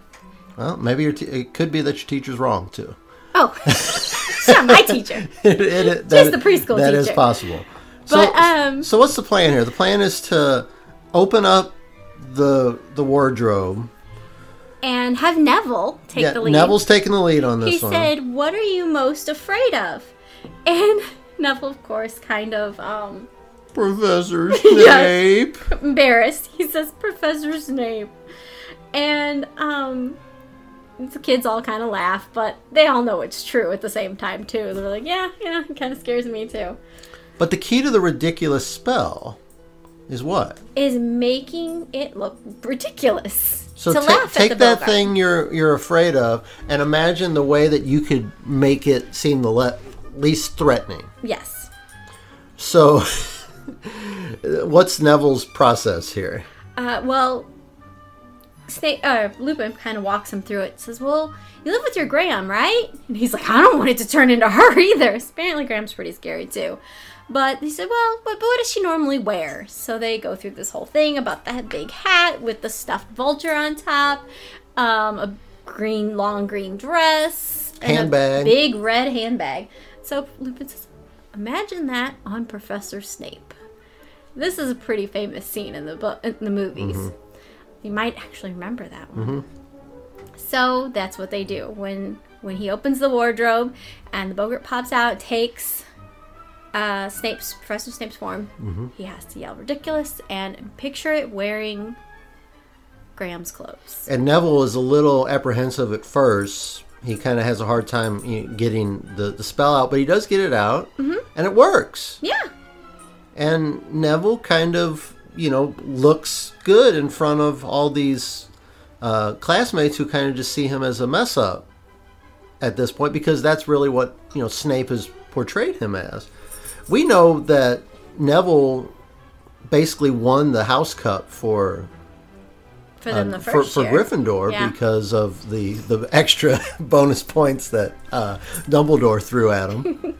Speaker 2: Well, maybe your te- it could be that your teacher's wrong too. [laughs]
Speaker 3: Oh, it's not my teacher.
Speaker 2: it, it, that-
Speaker 3: the preschool
Speaker 2: That is
Speaker 3: teacher.
Speaker 2: possible.
Speaker 3: But, um,
Speaker 2: so what's the plan here? The plan is to open up the the wardrobe.
Speaker 3: And have Neville take
Speaker 2: yeah,
Speaker 3: the lead.
Speaker 2: Neville's taking the lead on this
Speaker 3: he
Speaker 2: one.
Speaker 3: said, "What are you most afraid of?" And [laughs] Neville, of course, kind of um, [laughs]
Speaker 2: Professor Snape.
Speaker 3: embarrassed. He says Professor's name, and um, the kids all kind of laugh, but they all know it's true at the same time too. They're like, "Yeah, yeah, it kind of scares me too."
Speaker 2: But the key to the ridiculous spell is what?
Speaker 3: Is making it look ridiculous
Speaker 2: So
Speaker 3: to
Speaker 2: ta-
Speaker 3: laugh
Speaker 2: take
Speaker 3: at the
Speaker 2: that
Speaker 3: Bogart.
Speaker 2: thing you're you're afraid of, and imagine the way that you could make it seem the le- least threatening.
Speaker 3: Yes.
Speaker 2: So, [laughs] what's Neville's process here?
Speaker 3: Uh, well, Snape, uh, Lupin kind of walks him through it. Says, "Well, you live with your Graham, right?" And he's like, "I don't want it to turn into her [laughs] either." Apparently, Graham's pretty scary too. But he said, "Well, but, but what does she normally wear?" So they go through this whole thing about that big hat with the stuffed vulture on top, um, a green long green dress, and a
Speaker 2: Handbag.
Speaker 3: big red handbag. So Lupin says, "Imagine that on Professor Snape." This is a pretty famous scene in the book, in the movies.
Speaker 2: Mm-hmm.
Speaker 3: You might actually remember that one. So that's what they do when when he opens the wardrobe and the Bogart pops out, takes uh, Snape's Professor Snape's form.
Speaker 2: Mm-hmm.
Speaker 3: He has to yell ridiculous and picture it wearing Graham's clothes.
Speaker 2: And Neville is a little apprehensive at first. He kind of has a hard time you know, getting the, the spell out, but he does get it out, and it works.
Speaker 3: Yeah,
Speaker 2: and Neville kind of you know looks good in front of all these uh, classmates who kind of just see him as a mess up at this point because that's really what you know Snape has portrayed him as. We know that Neville basically won the House Cup for
Speaker 3: for them the
Speaker 2: uh, for,
Speaker 3: first
Speaker 2: for
Speaker 3: year.
Speaker 2: Gryffindor
Speaker 3: Yeah.
Speaker 2: because of the the extra [laughs] bonus points that uh, Dumbledore threw at
Speaker 3: [laughs]
Speaker 2: him.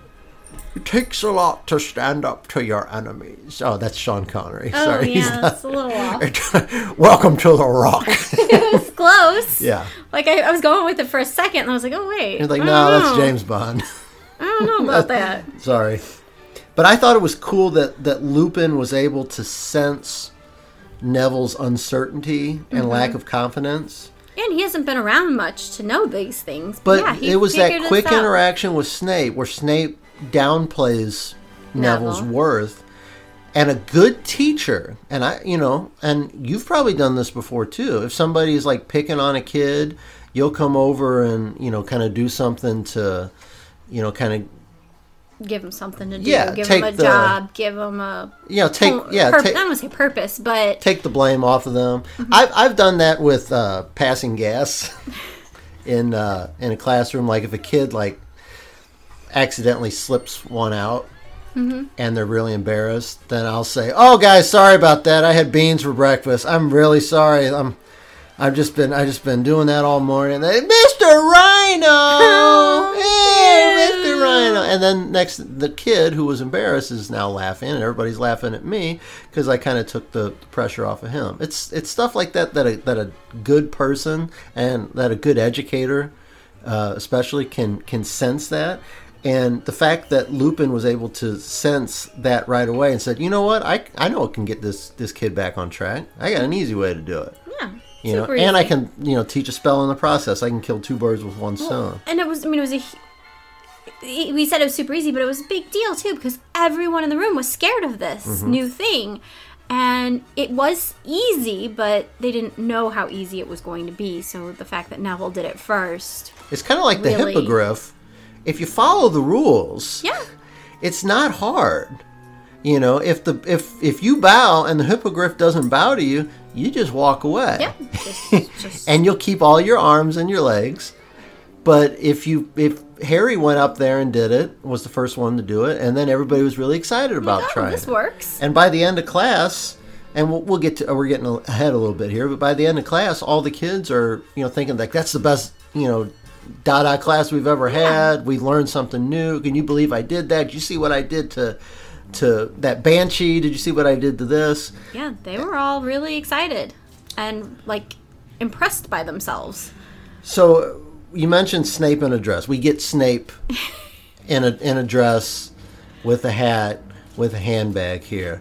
Speaker 2: it takes a lot to stand up to your enemies. Oh, that's Sean Connery.
Speaker 3: Oh
Speaker 2: Sorry, he's
Speaker 3: yeah, it's a little
Speaker 2: [laughs]
Speaker 3: off.
Speaker 2: not. Welcome to the Rock. [laughs]
Speaker 3: It's close.
Speaker 2: yeah,
Speaker 3: Like I, I was going with it for a second, and I was like, oh wait.
Speaker 2: you're like,
Speaker 3: I
Speaker 2: no,
Speaker 3: don't
Speaker 2: that's
Speaker 3: know.
Speaker 2: James Bond. [laughs]
Speaker 3: I don't know about that.
Speaker 2: Sorry. But I thought it was cool that, that Lupin was able to sense Neville's uncertainty and lack
Speaker 3: Mm-hmm.
Speaker 2: of confidence.
Speaker 3: And he hasn't been around much to know these things.
Speaker 2: But
Speaker 3: yeah, he
Speaker 2: it was that
Speaker 3: figured us
Speaker 2: quick
Speaker 3: out.
Speaker 2: interaction with Snape where Snape downplays Neville's
Speaker 3: Neville.
Speaker 2: worth. And a good teacher, and I, you know, and you've probably done this before too. If somebody's like picking on a kid, you'll come over and, you know, kind of do something to, you know, kind of
Speaker 3: Give him something to do.
Speaker 2: Yeah,
Speaker 3: give
Speaker 2: take
Speaker 3: him a
Speaker 2: the-
Speaker 3: job. Give him a.
Speaker 2: you know, take
Speaker 3: oh,
Speaker 2: yeah,
Speaker 3: purp-
Speaker 2: take,
Speaker 3: I don't want to say purpose, but
Speaker 2: take the blame off of them. I've, I've done that with uh, passing gas [laughs] in uh, in a classroom. Like if a kid like accidentally slips one out and they're really embarrassed, then I'll say, "Oh, guys, sorry about that. I had beans for breakfast. I'm really sorry. I'm." I've just been I just been doing that all morning. They, Mr. Rhino, hey, Mr. Rhino, and then next the kid who was embarrassed is now laughing, and everybody's laughing at me because I kind of took the pressure off of him. It's it's stuff like that that a that a good person and that a good educator, uh, especially can can sense that. And the fact that Lupin was able to sense that right away and said, "You know what? I, I know what can get this this kid back on track. I got an easy way to do it."
Speaker 3: yeah,
Speaker 2: You know,
Speaker 3: super
Speaker 2: and I
Speaker 3: easy.
Speaker 2: can you know teach a spell in the process. I can kill two birds with
Speaker 3: Oh,
Speaker 2: one stone.
Speaker 3: And it was, I mean, it was a. hu- he- We said it was super easy, but it was a big deal too because everyone in the room was scared of this
Speaker 2: Mm-hmm.
Speaker 3: new thing. And it was easy, but they didn't know how easy it was going to be. So the fact that Neville did it first.
Speaker 2: It's kind of like the
Speaker 3: Really?
Speaker 2: hippogriff. If you follow the rules,
Speaker 3: Yeah.
Speaker 2: it's not hard. You know, if the if if you bow and the hippogriff doesn't bow to you, you just walk away.
Speaker 3: Yeah.
Speaker 2: [laughs]
Speaker 3: Just, just,
Speaker 2: and you'll keep all your arms and your legs. But if you if Harry went up there and did it, was the first one to do it, and then everybody was really excited about
Speaker 3: oh,
Speaker 2: trying.
Speaker 3: this
Speaker 2: it.
Speaker 3: works.
Speaker 2: And by the end of class, and we'll, we'll get to we're getting ahead a little bit here, but by the end of class, all the kids are you know thinking like that's the best you know Dada class we've ever had. We learned something new. Can you believe I did that? Did you see what I did to to that banshee? Did you see what I did to this?
Speaker 3: Yeah, they were all really excited and like impressed by themselves.
Speaker 2: So you mentioned Snape in a dress. We get Snape in a in a dress with a hat with a handbag here,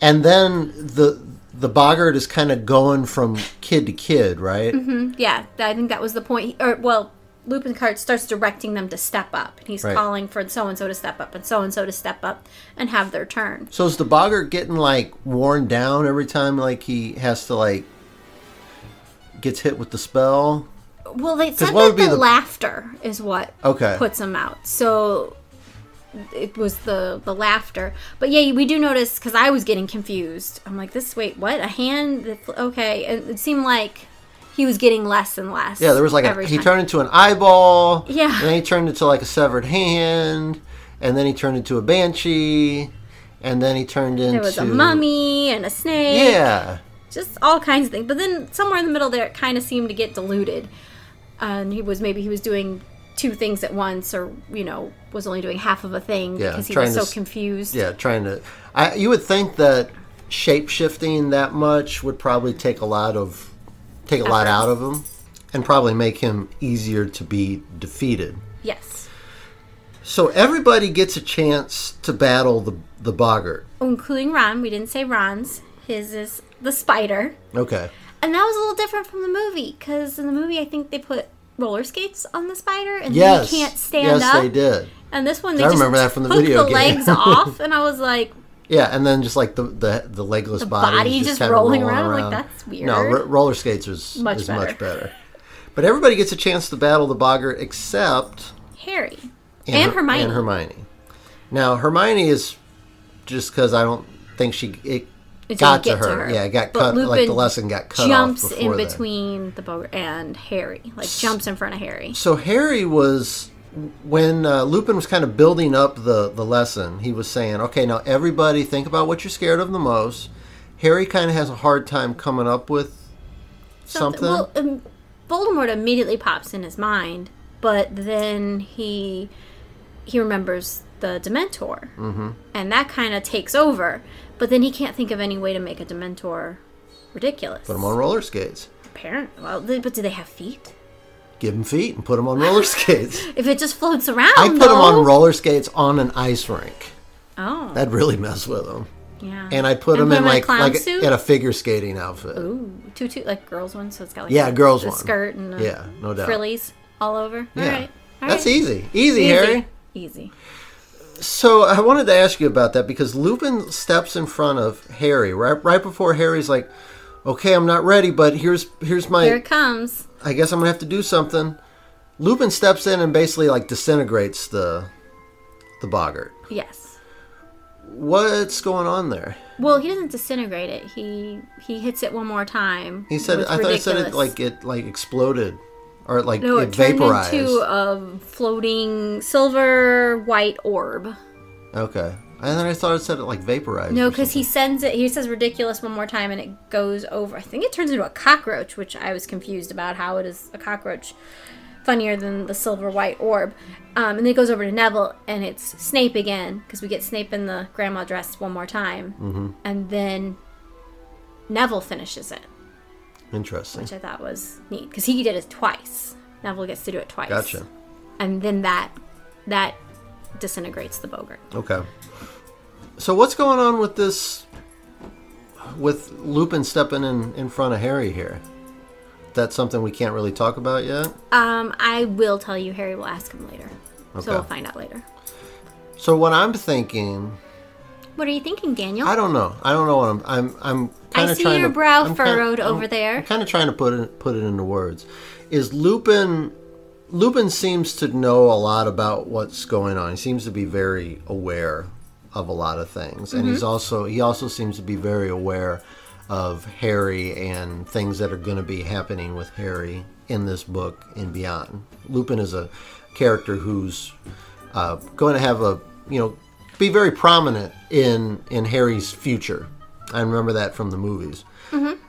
Speaker 2: and then the the boggart is kind of going from kid to kid, right?
Speaker 3: Yeah, th- I think that was the point. Or well, Lupin Card starts directing them to step up, and he's
Speaker 2: Right.
Speaker 3: calling for so and so to step up, and so and so to step up and have their turn.
Speaker 2: So is the boggart getting like worn down every time like he has to like gets hit with the spell?
Speaker 3: Well, they said
Speaker 2: what
Speaker 3: that
Speaker 2: would be
Speaker 3: the,
Speaker 2: the-
Speaker 3: laughter is what
Speaker 2: Okay.
Speaker 3: puts them out. So it was the the laughter. But yeah, we do notice because I was getting confused. I'm like, this wait, what? A hand? that fl- Okay, and it seemed like he was getting less and less.
Speaker 2: Yeah, there was like a,
Speaker 3: every
Speaker 2: he
Speaker 3: time.
Speaker 2: turned into an eyeball.
Speaker 3: Yeah.
Speaker 2: And then he turned into like a severed hand, and then he turned into a banshee, and then he turned into
Speaker 3: There was a mummy and a snake.
Speaker 2: Yeah.
Speaker 3: just all kinds of things. But then somewhere in the middle there, it kind of seemed to get diluted, and he was maybe he was doing two things at once, or you know, was only doing half of a thing
Speaker 2: Yeah,
Speaker 3: because he
Speaker 2: trying
Speaker 3: was
Speaker 2: to
Speaker 3: so
Speaker 2: s-
Speaker 3: confused.
Speaker 2: Yeah, trying to I you would think that shape shifting that much would probably take a lot of take a lot
Speaker 3: Effort.
Speaker 2: out of him and probably make him easier to be defeated.
Speaker 3: Yes,
Speaker 2: So everybody gets a chance to battle the the boggart.
Speaker 3: Oh, including Ron. We didn't say Ron's. His is the spider,
Speaker 2: Okay.
Speaker 3: and that was a little different from the movie because in the movie I think they put roller skates on the spider and then
Speaker 2: Yes.
Speaker 3: he can't stand
Speaker 2: yes,
Speaker 3: up.
Speaker 2: they did.
Speaker 3: And this one they
Speaker 2: I
Speaker 3: just
Speaker 2: remember that from the
Speaker 3: took
Speaker 2: video
Speaker 3: the
Speaker 2: game. [laughs]
Speaker 3: legs off, and I was like,
Speaker 2: Yeah, and then just like the the, the legless body,
Speaker 3: body
Speaker 2: is
Speaker 3: just
Speaker 2: kinda
Speaker 3: rolling around, like, that's
Speaker 2: No,
Speaker 3: weird.
Speaker 2: r- roller skates is
Speaker 3: Much
Speaker 2: is
Speaker 3: better.
Speaker 2: much better. But everybody gets a chance to battle the boggart except
Speaker 3: Harry and,
Speaker 2: Her-
Speaker 3: Hermione.
Speaker 2: And Hermione. Now Hermione is just because I don't think she it,
Speaker 3: It
Speaker 2: got to
Speaker 3: didn't
Speaker 2: her.
Speaker 3: get
Speaker 2: Yeah, it got
Speaker 3: But
Speaker 2: cut. like the
Speaker 3: Lupin
Speaker 2: lesson got cut
Speaker 3: Jumps
Speaker 2: off before
Speaker 3: in
Speaker 2: that.
Speaker 3: between the Bogart and Harry, like jumps in front of Harry.
Speaker 2: So Harry was when uh, Lupin was kind of building up the the lesson. He was saying, "Okay, now everybody think about what you're scared of the most." Harry kind of has a hard time coming up with something.
Speaker 3: Well, um, Voldemort immediately pops in his mind, but then he he remembers the Dementor, mm-hmm. and that kind of takes over. But then he can't think of any way to make a Dementor ridiculous.
Speaker 2: put him on roller skates.
Speaker 3: Apparently, well, they, but do they have feet?
Speaker 2: Give him feet and put [laughs] him on roller skates.
Speaker 3: If it just floats around,
Speaker 2: I put him on
Speaker 3: though-
Speaker 2: roller skates on an ice rink.
Speaker 3: Oh,
Speaker 2: That'd really mess with him.
Speaker 3: yeah.
Speaker 2: And I put him in like like in a figure skating outfit.
Speaker 3: Ooh, tutu like girls one, so it's got like
Speaker 2: Yeah,
Speaker 3: the-
Speaker 2: girls
Speaker 3: the
Speaker 2: one.
Speaker 3: skirt and the
Speaker 2: Yeah, no doubt.
Speaker 3: frillies all over.
Speaker 2: Yeah,
Speaker 3: All right, all
Speaker 2: that's
Speaker 3: right.
Speaker 2: easy. easy, Harry.
Speaker 3: Easy.
Speaker 2: So I wanted to ask you about that because Lupin steps in front of Harry right right before Harry's like, "Okay, I'm not ready, but here's here's my
Speaker 3: Here it comes.
Speaker 2: I guess I'm gonna have to do something." Lupin steps in and basically like disintegrates the the boggart.
Speaker 3: Yes.
Speaker 2: What's going on there?
Speaker 3: Well, he doesn't disintegrate it. He he hits it one more time.
Speaker 2: He said,
Speaker 3: with
Speaker 2: "I thought he said it
Speaker 3: ridiculous-
Speaker 2: like it like exploded, or like
Speaker 3: no,
Speaker 2: it,
Speaker 3: it, turned
Speaker 2: vaporized."
Speaker 3: into a floating silver white orb.
Speaker 2: okay, and then I thought it said it like vaporized.
Speaker 3: No,
Speaker 2: or
Speaker 3: because he sends it. He says ridiculous one more time, and it goes over. I think it turns into a cockroach, which I was confused about how it is a cockroach funnier than the silver white orb. Um, and then it goes over to Neville, and it's Snape again because we get Snape in the grandma dress one more time,
Speaker 2: Mm-hmm.
Speaker 3: and then Neville finishes it,
Speaker 2: something. interesting.
Speaker 3: which I thought was neat because he did it twice. Neville gets to do it twice.
Speaker 2: Gotcha.
Speaker 3: And then that that disintegrates the bogart.
Speaker 2: Okay. So what's going on with this? With Lupin stepping in in front of Harry here. That's something we can't really talk about yet.
Speaker 3: Um, I will tell you. Harry will ask him later,
Speaker 2: Okay.
Speaker 3: so we'll find out later.
Speaker 2: So what I'm thinking,
Speaker 3: What are you thinking, Daniel?
Speaker 2: I don't know. I don't know what I'm. I'm. I'm kind of
Speaker 3: see
Speaker 2: trying
Speaker 3: your
Speaker 2: to.
Speaker 3: brow
Speaker 2: I'm
Speaker 3: furrowed
Speaker 2: I'm-
Speaker 3: over there.
Speaker 2: I'm kind of trying to put it put it into words. Is Lupin? Lupin seems to know a lot about what's going on. He seems to be very aware of a lot of things, and he's also he also seems to be very aware of Harry and things that are going to be happening with Harry in this book and beyond. Lupin is a character who's uh, going to have a you know be very prominent in in Harry's future. I remember that from the movies.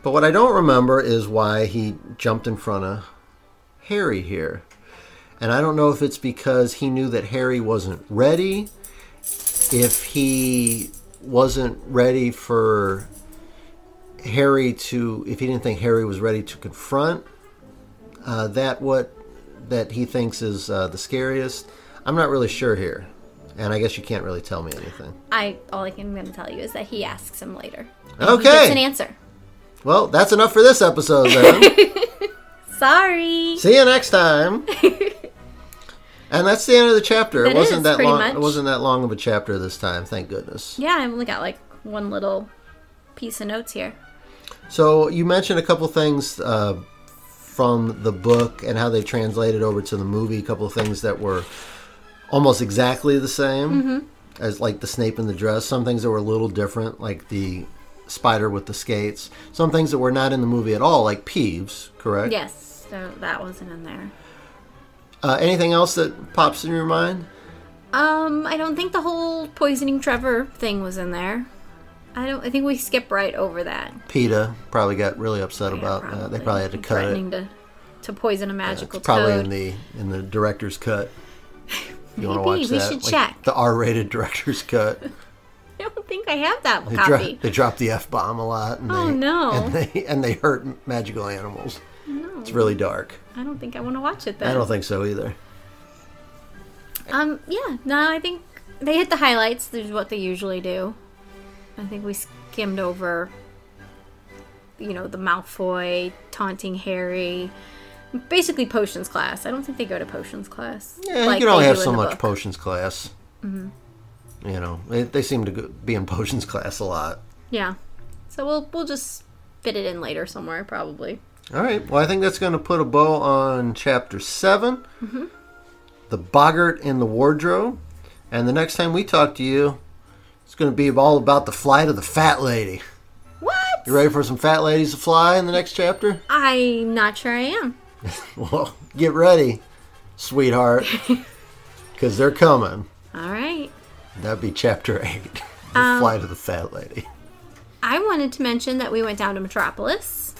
Speaker 2: But what I don't remember is why he jumped in front of Harry here. And I don't know if it's because he knew that Harry wasn't ready, if he wasn't ready for Harry to, if he didn't think Harry was ready to confront uh, that what that he thinks is uh, the scariest. I'm not really sure here, and I guess you can't really tell me anything.
Speaker 3: I all I can, am going to tell you is that he asks him later. He
Speaker 2: Okay.
Speaker 3: gets an answer.
Speaker 2: well, that's enough for this episode then.
Speaker 3: Sorry.
Speaker 2: See you next
Speaker 3: [laughs]
Speaker 2: time. and that's the end of the chapter. it
Speaker 3: That
Speaker 2: wasn't
Speaker 3: is,
Speaker 2: that
Speaker 3: pretty
Speaker 2: long.
Speaker 3: much.
Speaker 2: It wasn't that long of a chapter this time. Thank goodness.
Speaker 3: Yeah, I've only got like one little piece of notes here.
Speaker 2: So you mentioned a couple things uh, from the book and how they translated over to the movie. A couple things that were almost exactly the same
Speaker 3: Mm-hmm.
Speaker 2: as like the Snape in the dress. Some things that were a little different, like the spider with the skates. Some things that were not in the movie at all, like Peeves. Correct.
Speaker 3: Yes, so that wasn't in there.
Speaker 2: Uh, anything else that pops in your mind?
Speaker 3: Um, I don't think the whole poisoning Trevor thing was in there. I don't. I think we skip right over that.
Speaker 2: PETA probably got really upset about
Speaker 3: Yeah,
Speaker 2: that. uh, They probably had to cut it.
Speaker 3: threatening to to poison a magical
Speaker 2: It's probably
Speaker 3: toad.
Speaker 2: in the in the director's cut. If you want to
Speaker 3: Maybe,
Speaker 2: watch
Speaker 3: we
Speaker 2: that?
Speaker 3: should check.
Speaker 2: the R-rated [laughs] director's cut.
Speaker 3: [laughs] I don't think I have that
Speaker 2: They, dro-
Speaker 3: copy.
Speaker 2: they drop the f-bomb a lot. And
Speaker 3: Oh,
Speaker 2: they,
Speaker 3: no.
Speaker 2: And they and they hurt magical animals. It's really dark.
Speaker 3: I don't think I want to watch it. Then
Speaker 2: I don't think so either.
Speaker 3: Um, yeah, no, I think they hit the highlights. There's what they usually do. I think we skimmed over, you know, the Malfoy taunting Harry, basically potions class. I don't think they go to potions class.
Speaker 2: Yeah,
Speaker 3: like
Speaker 2: you can only
Speaker 3: they
Speaker 2: have
Speaker 3: do in
Speaker 2: so
Speaker 3: the
Speaker 2: much
Speaker 3: book. Mm-hmm.
Speaker 2: potions class. You know, they, they seem to go, be in potions [laughs] class a lot.
Speaker 3: yeah, so we'll we'll just fit it in later somewhere probably.
Speaker 2: All right. Well, I think that's going to put a bow on chapter 7 the boggart in the wardrobe. And the next time we talk to you, It's going to be all about the flight of the fat lady.
Speaker 3: What?
Speaker 2: You ready for some fat ladies to fly in the next chapter?
Speaker 3: I'm not sure I am.
Speaker 2: Well, get ready, sweetheart, [laughs] because they're coming.
Speaker 3: All right.
Speaker 2: That'd be chapter eight. The
Speaker 3: Um,
Speaker 2: flight of the fat lady.
Speaker 3: I wanted to mention that we went down to Metropolis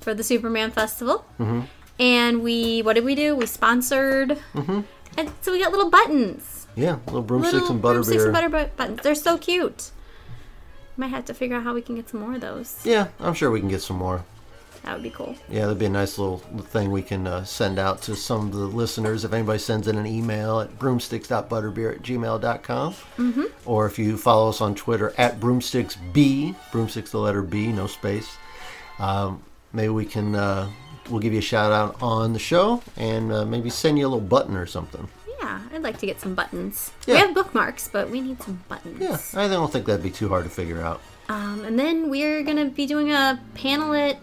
Speaker 3: for the Superman Festival.
Speaker 2: Mm-hmm.
Speaker 3: And we, what did we do? We sponsored.
Speaker 2: Mm-hmm.
Speaker 3: And so we got little buttons.
Speaker 2: Yeah, little broomsticks
Speaker 3: Little
Speaker 2: and
Speaker 3: broomsticks
Speaker 2: butterbeer.
Speaker 3: and butter bu- buttons. They're so cute. Might have to figure out how we can get some more of those.
Speaker 2: yeah, I'm sure we can get some more.
Speaker 3: That would be cool.
Speaker 2: Yeah, that'd be a nice little thing we can uh, send out to some of the listeners. If anybody sends in an email at broomsticks.butterbeer at gmail.com. Mm-hmm. Or if you follow us on Twitter at broomsticksb, broomsticks the letter B, no space. Um, maybe we can, uh, we'll give you a shout out on the show and uh, maybe send you a little button or something.
Speaker 3: Yeah, I'd like to get some buttons. We
Speaker 2: Yeah.
Speaker 3: have bookmarks, but we need some buttons.
Speaker 2: Yeah, I don't think that'd be too hard to figure out.
Speaker 3: Um, and then we're going to be doing a panel at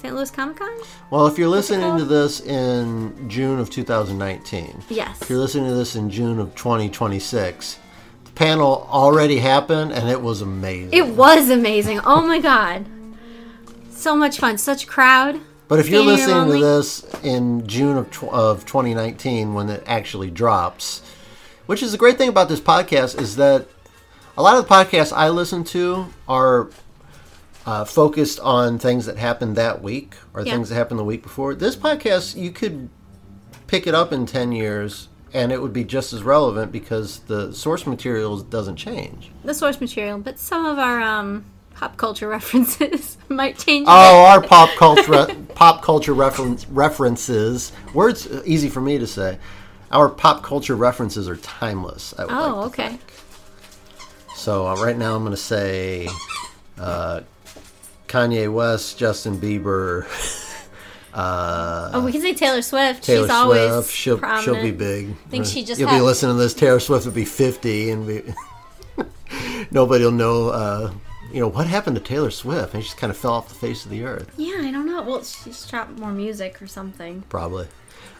Speaker 3: St. Louis Comic Con?
Speaker 2: Well, if you're
Speaker 3: it
Speaker 2: listening to
Speaker 3: called?
Speaker 2: this in June of 2019,
Speaker 3: Yes.
Speaker 2: If you're listening to this in June of 2026, the panel already happened and it was amazing.
Speaker 3: It was amazing. Oh my god. So much fun. Such a crowd.
Speaker 2: but if you're
Speaker 3: Standing
Speaker 2: listening
Speaker 3: Room
Speaker 2: to
Speaker 3: only.
Speaker 2: this in June of, tw- of 2019 when it actually drops, which is the great thing about this podcast is that a lot of the podcasts I listen to are uh, focused on things that happened that week or
Speaker 3: Yeah.
Speaker 2: things that happened the week before. This podcast, you could pick it up in 10 years and it would be just as relevant because the source materials doesn't change.
Speaker 3: The source material, but some of our um, pop culture [laughs] references might change. a [laughs]
Speaker 2: Oh, our pop culture pop culture reference, references. Words uh, easy for me to say. Our pop culture references are timeless. I would
Speaker 3: bit.
Speaker 2: like
Speaker 3: Oh,
Speaker 2: to
Speaker 3: okay.
Speaker 2: think. So uh, right now I'm going to say uh, Kanye West, Justin Bieber,
Speaker 3: oh, we can say Taylor Swift.
Speaker 2: Taylor
Speaker 3: She's always
Speaker 2: Swift. She'll
Speaker 3: prominent.
Speaker 2: she'll be big. I
Speaker 3: think she just
Speaker 2: you'll be
Speaker 3: had-
Speaker 2: listening to this. Taylor Swift will be 50, and be, [laughs] nobody'll know. Uh, you know what happened to Taylor Swift? And she just kind of fell off the face of the earth.
Speaker 3: Yeah, I don't know. Well, she's dropped more music or something.
Speaker 2: probably.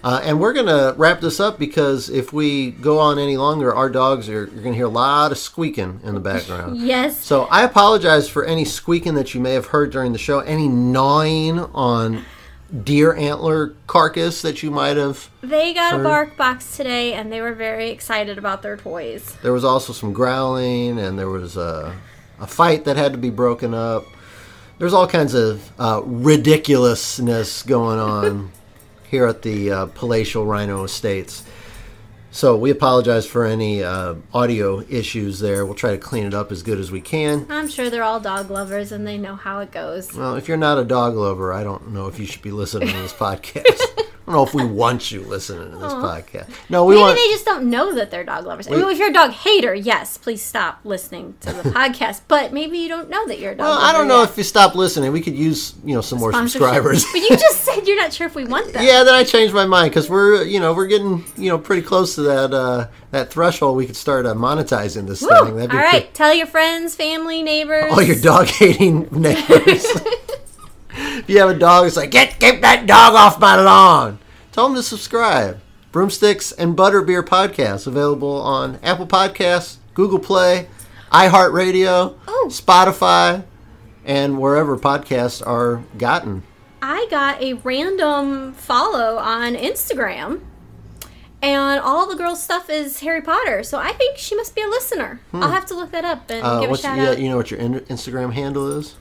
Speaker 2: Uh, and we're gonna wrap this up because if we go on any longer, our dogs are you're gonna hear a lot of squeaking in the background.
Speaker 3: [laughs] Yes.
Speaker 2: So I apologize for any squeaking that you may have heard during the show, any gnawing on deer antler carcass that you might have.
Speaker 3: they got
Speaker 2: Her-
Speaker 3: a bark box today and they were very excited about their toys.
Speaker 2: There was also some growling, and there was a, a fight that had to be broken up. There's all kinds of uh, ridiculousness going
Speaker 3: [laughs]
Speaker 2: on here at the uh, Palatial Rhino Estates. So we apologize for any uh, audio issues there. We'll try to clean it up as good as we can.
Speaker 3: I'm sure they're all dog lovers and they know how it goes.
Speaker 2: Well, if you're not a dog lover, I don't know if you should be listening to
Speaker 3: [laughs]
Speaker 2: this podcast. I don't know if we want you listening to this podcast. No, we
Speaker 3: Maybe
Speaker 2: want.
Speaker 3: they just don't know that they're dog lovers. I mean, if you're a dog hater, yes, please stop listening
Speaker 2: [laughs]
Speaker 3: to the podcast. But maybe you don't know that you're a dog.
Speaker 2: well,
Speaker 3: lover
Speaker 2: I don't know
Speaker 3: yet.
Speaker 2: if you stop listening. We could use you know some more
Speaker 3: Sponsorship.
Speaker 2: subscribers.
Speaker 3: but you just said you're not sure if we want them.
Speaker 2: Yeah, then I changed my mind because we're you know we're getting you know pretty close to that uh, that threshold. We could start uh, monetizing this
Speaker 3: Woo!
Speaker 2: thing. That'd be Oh,
Speaker 3: All
Speaker 2: pretty-
Speaker 3: right, tell your friends, family, neighbors.
Speaker 2: All your dog
Speaker 3: [laughs]
Speaker 2: hating neighbors. if you have a dog, it's like get get that dog off my lawn. Tell them to subscribe. Broomsticks and Butterbeer podcast available on Apple Podcasts, Google Play, iHeartRadio,
Speaker 3: Oh.
Speaker 2: Spotify, and wherever podcasts are gotten.
Speaker 3: I got a random follow on Instagram, and all the girl's stuff is Harry Potter. So I think she must be a listener. I'll have to look that up and
Speaker 2: Hmm. Uh,
Speaker 3: give a
Speaker 2: what's,
Speaker 3: shout
Speaker 2: yeah,
Speaker 3: out. Mm-hmm.
Speaker 2: you know what your in- Instagram handle is?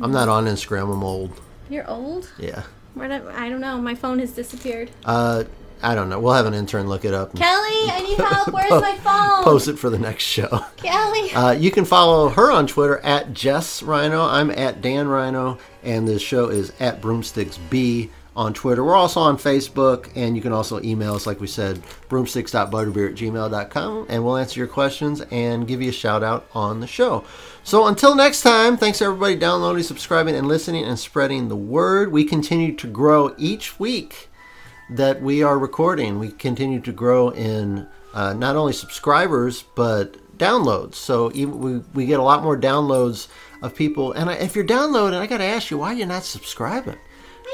Speaker 2: I'm not on Instagram. I'm old.
Speaker 3: You're old.
Speaker 2: Yeah.
Speaker 3: Where did I I don't know. My phone has disappeared.
Speaker 2: Uh, I don't know. We'll have an intern look it up and
Speaker 3: Kelly, I need
Speaker 2: [laughs]
Speaker 3: help. Where's my phone?
Speaker 2: Oh, post it for the next show. [laughs]
Speaker 3: Kelly.
Speaker 2: Uh, you can follow her on Twitter at Jess Rhino. I'm at Dan Rhino, and this show is at Broomsticks B on Twitter. We're also on Facebook, and you can also email us, like we said, broomsticks.butterbeer at gmail.com, and we'll answer your questions and give you a shout out on the show. So until next time, thanks to everybody downloading, subscribing, and listening, and spreading the word. We continue to grow each week that we are recording. We continue to grow in uh, not only subscribers but downloads. So even we, we get a lot more downloads of people. And I, if you're downloading, I got to ask you why you're not subscribing.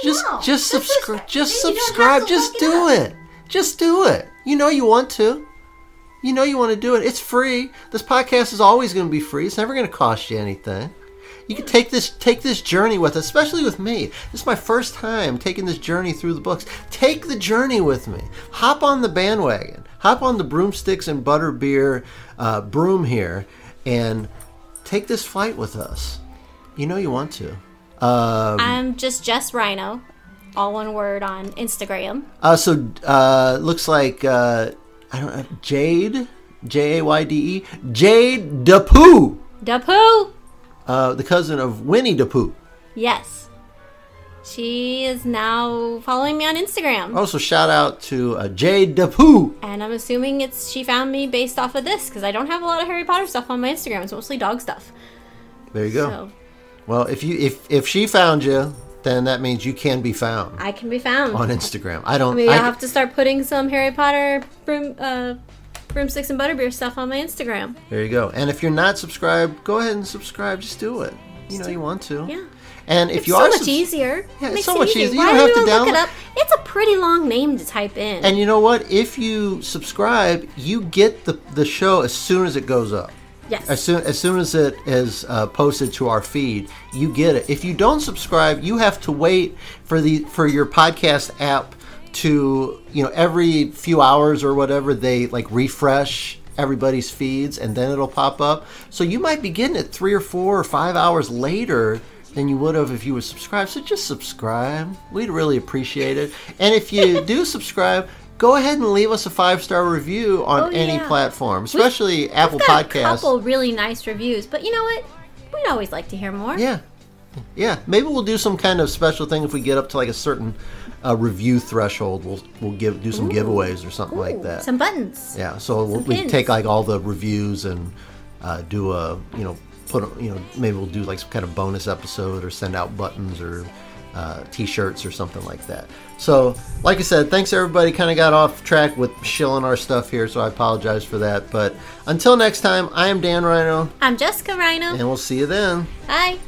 Speaker 2: Just
Speaker 3: know.
Speaker 2: just
Speaker 3: This is-
Speaker 2: subscribe. Just
Speaker 3: then you don't have
Speaker 2: subscribe.
Speaker 3: to
Speaker 2: Just
Speaker 3: look it
Speaker 2: do
Speaker 3: up.
Speaker 2: it. Just do it. You know you want to. You know you want to do it. It's free. This podcast is always going to be free. It's never going to cost you anything. You can take this take this journey with us, especially with me. This is my first time taking this journey through the books. Take the journey with me. Hop on the bandwagon. Hop on the broomsticks and butterbeer uh, broom here, and take this flight with us. You know you want to.
Speaker 3: I'm just Jess Rhino, all one word on Instagram.
Speaker 2: Uh, so uh, looks like uh, I don't know, Jade J A Y D E Jade Depu,
Speaker 3: Dapu!
Speaker 2: uh, the cousin of Winnie Depu.
Speaker 3: Yes. She is now following me on Instagram.
Speaker 2: Also shout out to uh, Jade Depu.
Speaker 3: And I'm assuming it's she found me based off of this because I don't have a lot of Harry Potter stuff on my Instagram. It's mostly dog stuff.
Speaker 2: There you go.
Speaker 3: So
Speaker 2: Well, if you if if she found you, then that means you can be found
Speaker 3: I can be found.
Speaker 2: on Instagram. I don't.
Speaker 3: Maybe
Speaker 2: I-
Speaker 3: I'll have to start putting some Harry Potter broom, uh, broomsticks and butterbeer stuff on my Instagram.
Speaker 2: There you go. And if you're not subscribed, go ahead and subscribe. Just do it. You know you want to.
Speaker 3: Yeah.
Speaker 2: And if
Speaker 3: It's
Speaker 2: you
Speaker 3: so
Speaker 2: are
Speaker 3: much
Speaker 2: subs-
Speaker 3: easier.
Speaker 2: Yeah,
Speaker 3: It
Speaker 2: it's
Speaker 3: makes
Speaker 2: so
Speaker 3: it
Speaker 2: much
Speaker 3: easy.
Speaker 2: easier. You
Speaker 3: Why
Speaker 2: don't have
Speaker 3: do
Speaker 2: to
Speaker 3: I look it
Speaker 2: download-
Speaker 3: up? It's a pretty long name to type in.
Speaker 2: And you know what? If you subscribe, you get the the show as soon as it goes up.
Speaker 3: yes.
Speaker 2: As soon as soon as it is uh, posted to our feed, you get it. If you don't subscribe, you have to wait for the for your podcast app to you know every few hours or whatever they like refresh everybody's feeds and then it'll pop up. So you might be getting it three or four or five hours later than you would have if you were subscribed. So just subscribe. We'd really appreciate it. And if
Speaker 3: [laughs]
Speaker 2: you do subscribe. Go ahead and leave us a five star review on
Speaker 3: Oh,
Speaker 2: any
Speaker 3: yeah.
Speaker 2: platform, especially Apple
Speaker 3: We've got
Speaker 2: Podcasts.
Speaker 3: A couple really nice reviews, but you know what? We'd always like to hear more.
Speaker 2: Yeah. Yeah. Maybe we'll do some kind of special thing if we get up to like a certain uh, review threshold. We'll we'll give do some giveaways or something like that.
Speaker 3: Some buttons.
Speaker 2: yeah. So we'll, we
Speaker 3: hints.
Speaker 2: take like all the reviews and uh, do a you know put a, you know maybe we'll do like some kind of bonus episode or send out buttons or. Uh, t-shirts or something like that so like i said thanks everybody kind of got off track with shilling our stuff here so i apologize for that but until next time i am dan rhino
Speaker 3: I'm Jessica Rhino.
Speaker 2: and we'll see you then
Speaker 3: Bye.